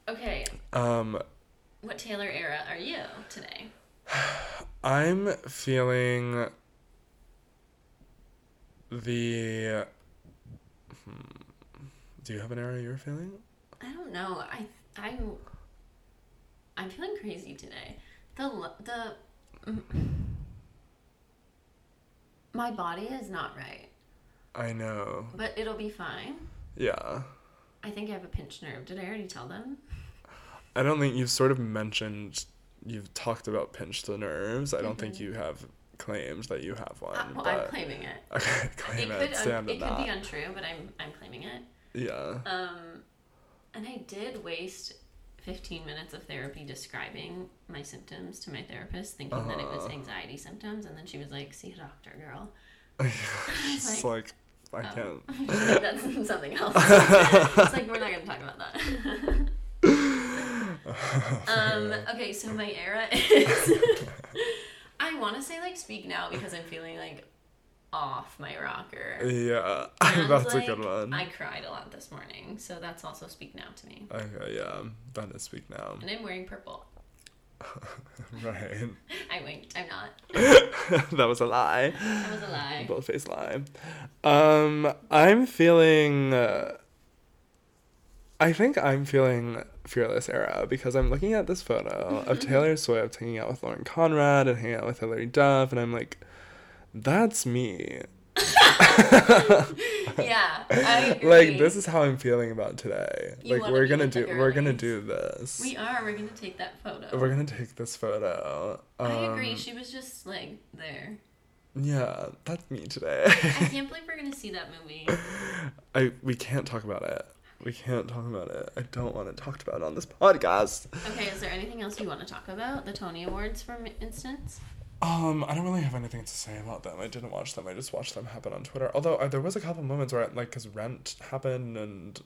Speaker 1: Okay,
Speaker 2: Um
Speaker 1: what Taylor era are you today?
Speaker 2: I'm feeling the hmm. Do you have an era you're feeling?
Speaker 1: I don't know. I I'm I'm feeling crazy today. The l- the my body is not right,
Speaker 2: I know.
Speaker 1: but it'll be fine.
Speaker 2: Yeah.
Speaker 1: I think I have a pinched nerve. Did I already tell them?
Speaker 2: I don't think you've sort of mentioned you've talked about pinch the nerves. I don't think you have claimed that you have one.
Speaker 1: Mm-hmm. Uh, well, I'm
Speaker 2: but...
Speaker 1: claiming it.
Speaker 2: Okay,
Speaker 1: It
Speaker 2: claim it.
Speaker 1: could, un-
Speaker 2: Stand
Speaker 1: it
Speaker 2: in
Speaker 1: could be
Speaker 2: that.
Speaker 1: untrue, but I'm I'm claiming it.
Speaker 2: yeah.
Speaker 1: Um, and I did waste 15 minutes of therapy describing my symptoms to my therapist, thinking that it was anxiety symptoms. And then she was like, see a doctor, girl.
Speaker 2: It's like, I
Speaker 1: oh.
Speaker 2: can't.
Speaker 1: That's something else. it's like we're not gonna talk about that. um, okay, so my era is I wanna say like speak now because I'm feeling like off my rocker.
Speaker 2: Yeah,
Speaker 1: And,
Speaker 2: that's
Speaker 1: like,
Speaker 2: a good one.
Speaker 1: I cried a lot this morning, so that's also speak now to me.
Speaker 2: Okay, yeah, that is speak now.
Speaker 1: And I'm wearing purple.
Speaker 2: Right.
Speaker 1: I winked, I'm not.
Speaker 2: that was a lie.
Speaker 1: That was a lie.
Speaker 2: Bold face lie. Um, I'm feeling. Uh, I think I'm feeling fearless era because I'm looking at this photo
Speaker 1: Mm-hmm.
Speaker 2: of Taylor Swift hanging out with Lauren Conrad and hanging out with Hilary Duff, and I'm like, that's me.
Speaker 1: yeah. I agree.
Speaker 2: Like this is how I'm feeling about today.
Speaker 1: You
Speaker 2: like
Speaker 1: wanna
Speaker 2: we're
Speaker 1: be
Speaker 2: gonna
Speaker 1: with the
Speaker 2: do we're gonna
Speaker 1: girlies.
Speaker 2: do this.
Speaker 1: We are, we're gonna take that photo.
Speaker 2: we're gonna take this photo. Um,
Speaker 1: I agree, she was just like there.
Speaker 2: Yeah, that's me today.
Speaker 1: I can't believe we're gonna see that movie.
Speaker 2: I we can't talk about it. We can't talk about it. I don't want it talked about on this podcast.
Speaker 1: Okay, is there anything else you want to talk about? The Tony Awards, for instance?
Speaker 2: Um, I don't really have anything to say about them. I didn't watch them. I just watched them happen on Twitter. Although uh, there was a couple moments where, like, cause Rent happened and,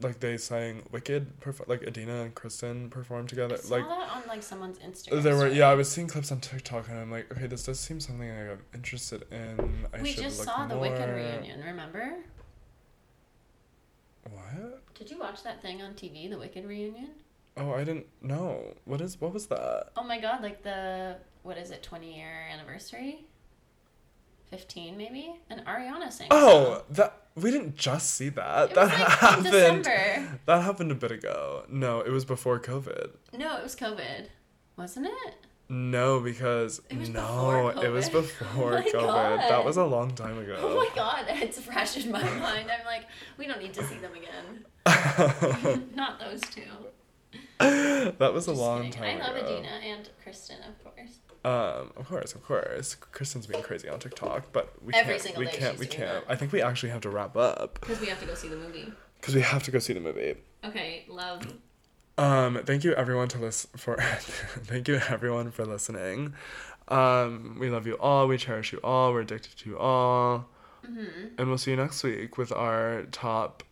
Speaker 2: like, they sang Wicked. Perf- like, Adina and Kristen performed
Speaker 1: I
Speaker 2: together.
Speaker 1: saw
Speaker 2: Like,
Speaker 1: that on like someone's Instagram.
Speaker 2: there were
Speaker 1: story.
Speaker 2: yeah. I was seeing clips on TikTok and I'm like, okay, this does seem something I'm interested in. I
Speaker 1: we
Speaker 2: should
Speaker 1: just
Speaker 2: look
Speaker 1: saw the Wicked
Speaker 2: more."
Speaker 1: reunion. Remember?
Speaker 2: What?
Speaker 1: Did you watch that thing on TV, the Wicked reunion?
Speaker 2: Oh, I didn't know. What is what was that?
Speaker 1: Oh my God! Like the what is it? Twenty year anniversary. Fifteen maybe, and Ariana sang. a
Speaker 2: Oh, that we didn't just see
Speaker 1: song.
Speaker 2: that.
Speaker 1: um, it
Speaker 2: that
Speaker 1: was like
Speaker 2: happened.
Speaker 1: in December.
Speaker 2: That happened a bit ago. No, it was before COVID.
Speaker 1: No, it was COVID, wasn't it?
Speaker 2: No, because
Speaker 1: It was
Speaker 2: no,
Speaker 1: before
Speaker 2: it was
Speaker 1: COVID.
Speaker 2: before
Speaker 1: Oh my
Speaker 2: COVID.
Speaker 1: God.
Speaker 2: That was a long time ago.
Speaker 1: Oh my God! It's fresh in my mind. I'm like, we don't need to see them again. Not those two.
Speaker 2: that was a
Speaker 1: Just
Speaker 2: long
Speaker 1: kidding.
Speaker 2: time
Speaker 1: I love
Speaker 2: ago.
Speaker 1: Adina and Kristen, of course.
Speaker 2: Um, of course, of course. Kristen's being crazy on TikTok, but we
Speaker 1: Every
Speaker 2: can't.
Speaker 1: single
Speaker 2: we
Speaker 1: day
Speaker 2: can't.
Speaker 1: she's
Speaker 2: we
Speaker 1: doing
Speaker 2: can't.
Speaker 1: that.
Speaker 2: I think we actually have to wrap up
Speaker 1: Because we have to go see the movie.
Speaker 2: because we have to go see the movie.
Speaker 1: Okay, love.
Speaker 2: Um, thank you everyone to listen for thank you everyone for listening. Um, we love you all, we cherish you all, we're addicted to you all.
Speaker 1: Mm-hmm.
Speaker 2: And we'll see you next week with our top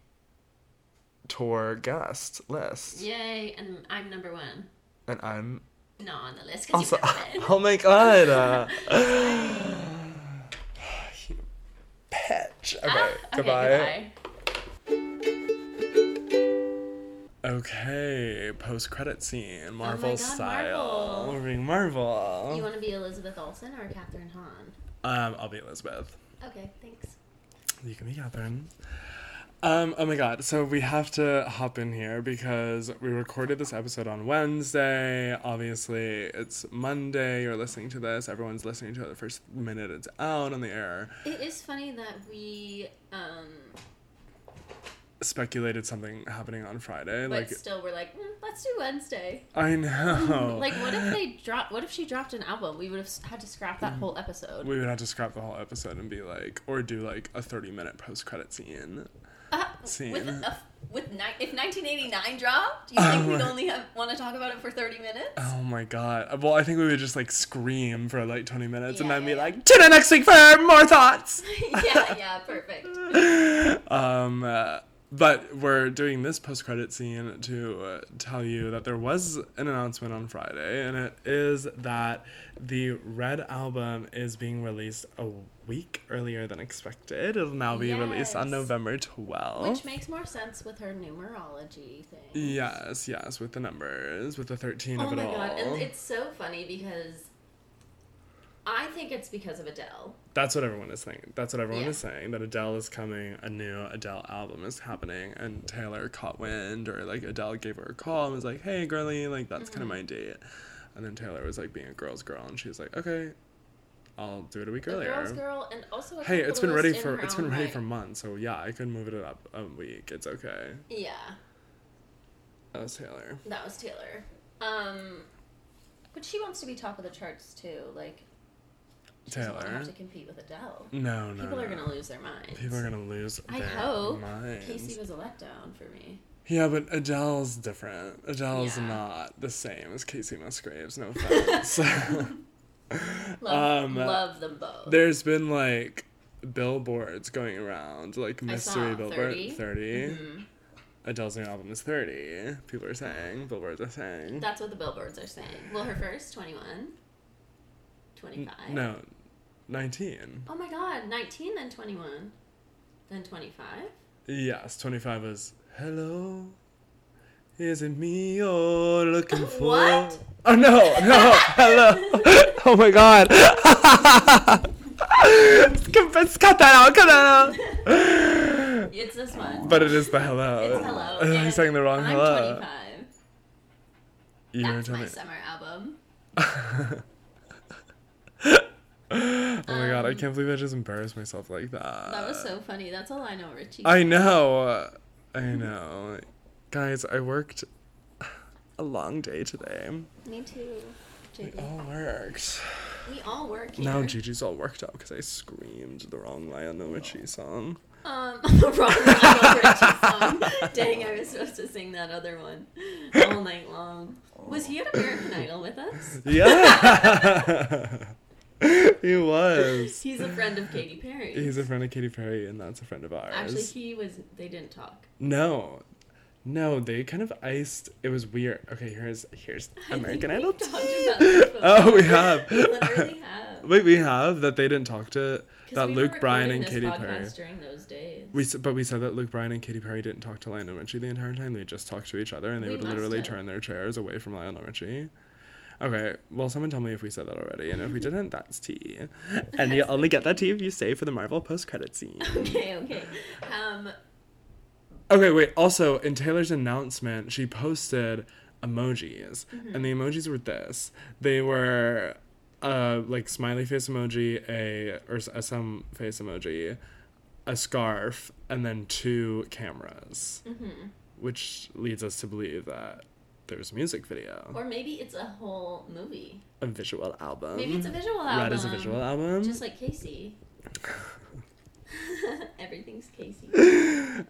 Speaker 2: tour guest list.
Speaker 1: Yay, and I'm number one.
Speaker 2: And I'm
Speaker 1: Not on the list because
Speaker 2: also
Speaker 1: you haven't.
Speaker 2: Oh my god. Uh, you bitch. Okay,
Speaker 1: Ah,
Speaker 2: goodbye.
Speaker 1: goodbye.
Speaker 2: Okay, post credit scene, Marvel
Speaker 1: Oh God,
Speaker 2: style.
Speaker 1: Marvel.
Speaker 2: We're being Marvel.
Speaker 1: You want to be Elizabeth Olsen or Catherine Hahn?
Speaker 2: um, I'll be Elizabeth.
Speaker 1: Okay, thanks.
Speaker 2: You can be Catherine. Um, oh my god, so we have to hop in here because we recorded this episode on Wednesday. Obviously, it's Monday. You're listening to this. Everyone's listening to it the first minute it's out on the air.
Speaker 1: It is funny that we, um,
Speaker 2: Speculated something happening on Friday.
Speaker 1: but
Speaker 2: like,
Speaker 1: still we're like, mm, let's do Wednesday.
Speaker 2: I know.
Speaker 1: Like, what if they drop? What if she dropped an album? We would have had to scrap
Speaker 2: Mm.
Speaker 1: that whole episode.
Speaker 2: we would have to scrap the whole episode and be like, or do like a 30 minute post credit scene.
Speaker 1: Ah,
Speaker 2: Scene.
Speaker 1: With, a, with ni- if 1989 dropped, you think
Speaker 2: Oh
Speaker 1: we'd
Speaker 2: my-
Speaker 1: only have want to talk about it for 30 minutes?
Speaker 2: Oh my god. Well, I think we would just like scream for like 20 minutes and
Speaker 1: Yeah,
Speaker 2: then be
Speaker 1: yeah, yeah.
Speaker 2: like, tune in next week for more thoughts.
Speaker 1: yeah, yeah, perfect.
Speaker 2: um, uh, but we're doing this post credit scene to uh, tell you that there was an announcement on Friday, and it is that the Red album is being released a week earlier than expected. It'll now be released on
Speaker 1: Yes.
Speaker 2: November 12th.
Speaker 1: Which makes more sense with her numerology thing.
Speaker 2: yes, yes, with the numbers, with the 13
Speaker 1: Oh
Speaker 2: of it
Speaker 1: my
Speaker 2: all.
Speaker 1: god, and it's so funny because I think it's because of Adele.
Speaker 2: That's what everyone is saying. That's what everyone
Speaker 1: Yeah.
Speaker 2: is saying. That Adele is coming, a new Adele album is happening, and Taylor caught wind, or like Adele gave her a call and was like, "Hey, girly, like that's
Speaker 1: Mm-hmm.
Speaker 2: kind of my date," and then Taylor was like being a girl's girl, and she was like, "Okay, I'll do it a week
Speaker 1: The
Speaker 2: earlier."
Speaker 1: girl's girl, and also a
Speaker 2: Hey, it's been
Speaker 1: capitalist
Speaker 2: ready
Speaker 1: in
Speaker 2: for
Speaker 1: her
Speaker 2: it's been
Speaker 1: own
Speaker 2: ready
Speaker 1: right.
Speaker 2: for months, so yeah, I could move it up a week. It's okay.
Speaker 1: Yeah,
Speaker 2: That was Taylor.
Speaker 1: that was Taylor. Um, but she wants to be top of the charts too. Like she doesn't wanna
Speaker 2: Taylor.
Speaker 1: have to compete with Adele.
Speaker 2: No, no.
Speaker 1: People are
Speaker 2: no.
Speaker 1: gonna lose their minds.
Speaker 2: People are gonna lose.
Speaker 1: I
Speaker 2: their
Speaker 1: hope
Speaker 2: minds.
Speaker 1: Casey was a letdown for me.
Speaker 2: Yeah, but Adele's different. Adele's
Speaker 1: Yeah.
Speaker 2: not the same as Casey Musgraves. No offense.
Speaker 1: Love,
Speaker 2: Um,
Speaker 1: love them both.
Speaker 2: There's been like billboards going around, like mystery
Speaker 1: saw Mm-hmm.
Speaker 2: billboard 30.
Speaker 1: 30.
Speaker 2: Adele's new album is 30. People are saying, billboards are saying.
Speaker 1: That's what the billboards are saying. Well, her first 21, 25.
Speaker 2: no, 19.
Speaker 1: Oh my god, 19, then 21, then 25.
Speaker 2: Yes, 25 is hello. Is it me you're looking for?
Speaker 1: What?
Speaker 2: Oh no, no, hello. oh my god. Let's cut that out, cut that out.
Speaker 1: It's this one.
Speaker 2: But it is the hello.
Speaker 1: it's hello.
Speaker 2: I
Speaker 1: and
Speaker 2: sang the wrong
Speaker 1: I'm
Speaker 2: hello.
Speaker 1: 25.
Speaker 2: You were
Speaker 1: That's my
Speaker 2: 20.
Speaker 1: summer album.
Speaker 2: oh my god, I
Speaker 1: Um,
Speaker 2: can't believe I just embarrassed myself like that.
Speaker 1: That was so funny. That's all I know, Richie.
Speaker 2: I know. I know. Guys, I worked a long day today.
Speaker 1: Me too.
Speaker 2: We
Speaker 1: JB.
Speaker 2: all worked.
Speaker 1: We all work here.
Speaker 2: Oh. Now Gigi's all worked up because I screamed the wrong Lionel Richie song.
Speaker 1: Um, wrong Lionel Richie song. Dang, I was supposed to sing that other one all night long. Was he at American Idol with us?
Speaker 2: Yeah! he was.
Speaker 1: He's a friend of Katy Perry.
Speaker 2: He's a friend of Katy Perry, and that's a friend of ours.
Speaker 1: Actually, he was. They didn't talk.
Speaker 2: No. No, they kind of iced. It was weird. Okay, here's here's American
Speaker 1: I
Speaker 2: Idol.
Speaker 1: think we've talked about this before.
Speaker 2: Oh, we have.
Speaker 1: We literally have.
Speaker 2: Wait, we have that they didn't talk to
Speaker 1: 'Cause
Speaker 2: that
Speaker 1: we were
Speaker 2: Luke Bryan
Speaker 1: recording
Speaker 2: and
Speaker 1: this
Speaker 2: Katy
Speaker 1: podcast
Speaker 2: Perry.
Speaker 1: during those days.
Speaker 2: We s- but we said that Luke Bryan and Katy Perry didn't talk to Lionel Richie the entire time. They just talked to each other, and they
Speaker 1: We
Speaker 2: would
Speaker 1: must
Speaker 2: literally
Speaker 1: have.
Speaker 2: turn their chairs away from Lionel Richie. Okay, well, someone tell me if we said that already, and if we didn't, that's tea. And you only get that tea if you stay for the Marvel post-credit scene.
Speaker 1: Okay, okay. Um,
Speaker 2: Okay, wait. Also, in Taylor's announcement, she posted emojis,
Speaker 1: Mm-hmm.
Speaker 2: and the emojis were this. They were uh like smiley face emoji, a or s- a some face emoji, a scarf, and then two cameras,
Speaker 1: mm-hmm.
Speaker 2: which leads us to believe that there's a music video,
Speaker 1: or maybe it's a whole movie.
Speaker 2: a visual album.
Speaker 1: Maybe it's a visual album.
Speaker 2: Um, Red is a visual album.
Speaker 1: Just like Casey. Everything's Casey.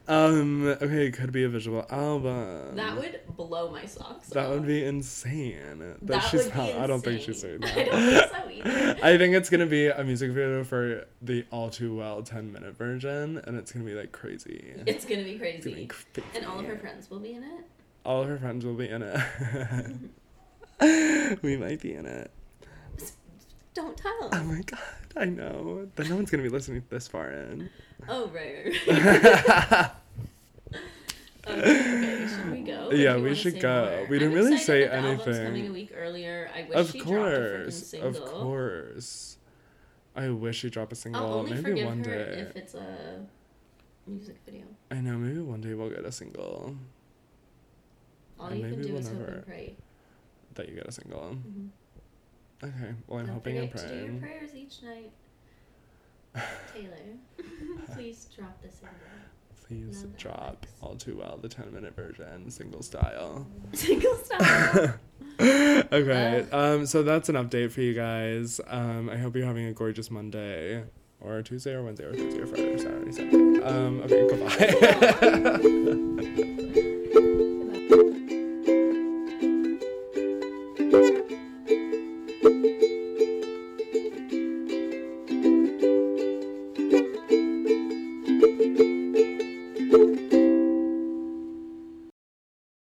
Speaker 2: um. Okay, it could be a visual album.
Speaker 1: That would blow my socks
Speaker 2: Um, That
Speaker 1: off.
Speaker 2: would be insane. That,
Speaker 1: That
Speaker 2: she's
Speaker 1: would be
Speaker 2: not. I don't think
Speaker 1: insane.
Speaker 2: she's saying that.
Speaker 1: I don't think so either.
Speaker 2: I think it's gonna be a music video for the all too well ten minute version, and it's gonna be like crazy.
Speaker 1: It's gonna be
Speaker 2: It's gonna be
Speaker 1: crazy.
Speaker 2: crazy.
Speaker 1: And all of her friends will be in it.
Speaker 2: all of her friends will be in it. we might be in it.
Speaker 1: Don't tell.
Speaker 2: Oh my god, I know. Then no one's gonna be listening this far in.
Speaker 1: Oh right. right, right. okay, okay, should we go? Or do
Speaker 2: Yeah,
Speaker 1: you
Speaker 2: we
Speaker 1: wanna
Speaker 2: should
Speaker 1: say
Speaker 2: go.
Speaker 1: more?
Speaker 2: We didn't
Speaker 1: I'm
Speaker 2: really
Speaker 1: excited
Speaker 2: say
Speaker 1: that the album's
Speaker 2: anything.
Speaker 1: coming a week earlier. I wish
Speaker 2: of
Speaker 1: she
Speaker 2: course,
Speaker 1: dropped a freaking
Speaker 2: of
Speaker 1: single.
Speaker 2: course. I wish she dropped a single.
Speaker 1: I'll only
Speaker 2: maybe
Speaker 1: forgive
Speaker 2: one
Speaker 1: her
Speaker 2: day.
Speaker 1: if it's a music video.
Speaker 2: I know. Maybe one day we'll get a single.
Speaker 1: All
Speaker 2: And
Speaker 1: you can
Speaker 2: maybe
Speaker 1: do
Speaker 2: we'll
Speaker 1: is hope
Speaker 2: never-
Speaker 1: and pray.
Speaker 2: That you get a single.
Speaker 1: Mhm.
Speaker 2: Okay. Well, I'm
Speaker 1: Don't
Speaker 2: hoping and
Speaker 1: forget to do your
Speaker 2: praying.
Speaker 1: prayers each night. Taylor, please drop this in.
Speaker 2: Please
Speaker 1: Love that
Speaker 2: drop
Speaker 1: mix.
Speaker 2: all too well the 10 minute version, single style.
Speaker 1: Single style.
Speaker 2: okay,
Speaker 1: Oh.
Speaker 2: um, so that's an update for you guys. Um, I hope you're having a gorgeous Monday, or Tuesday, or Wednesday, or Thursday, or Friday, or Saturday, Sunday. Um, okay, goodbye.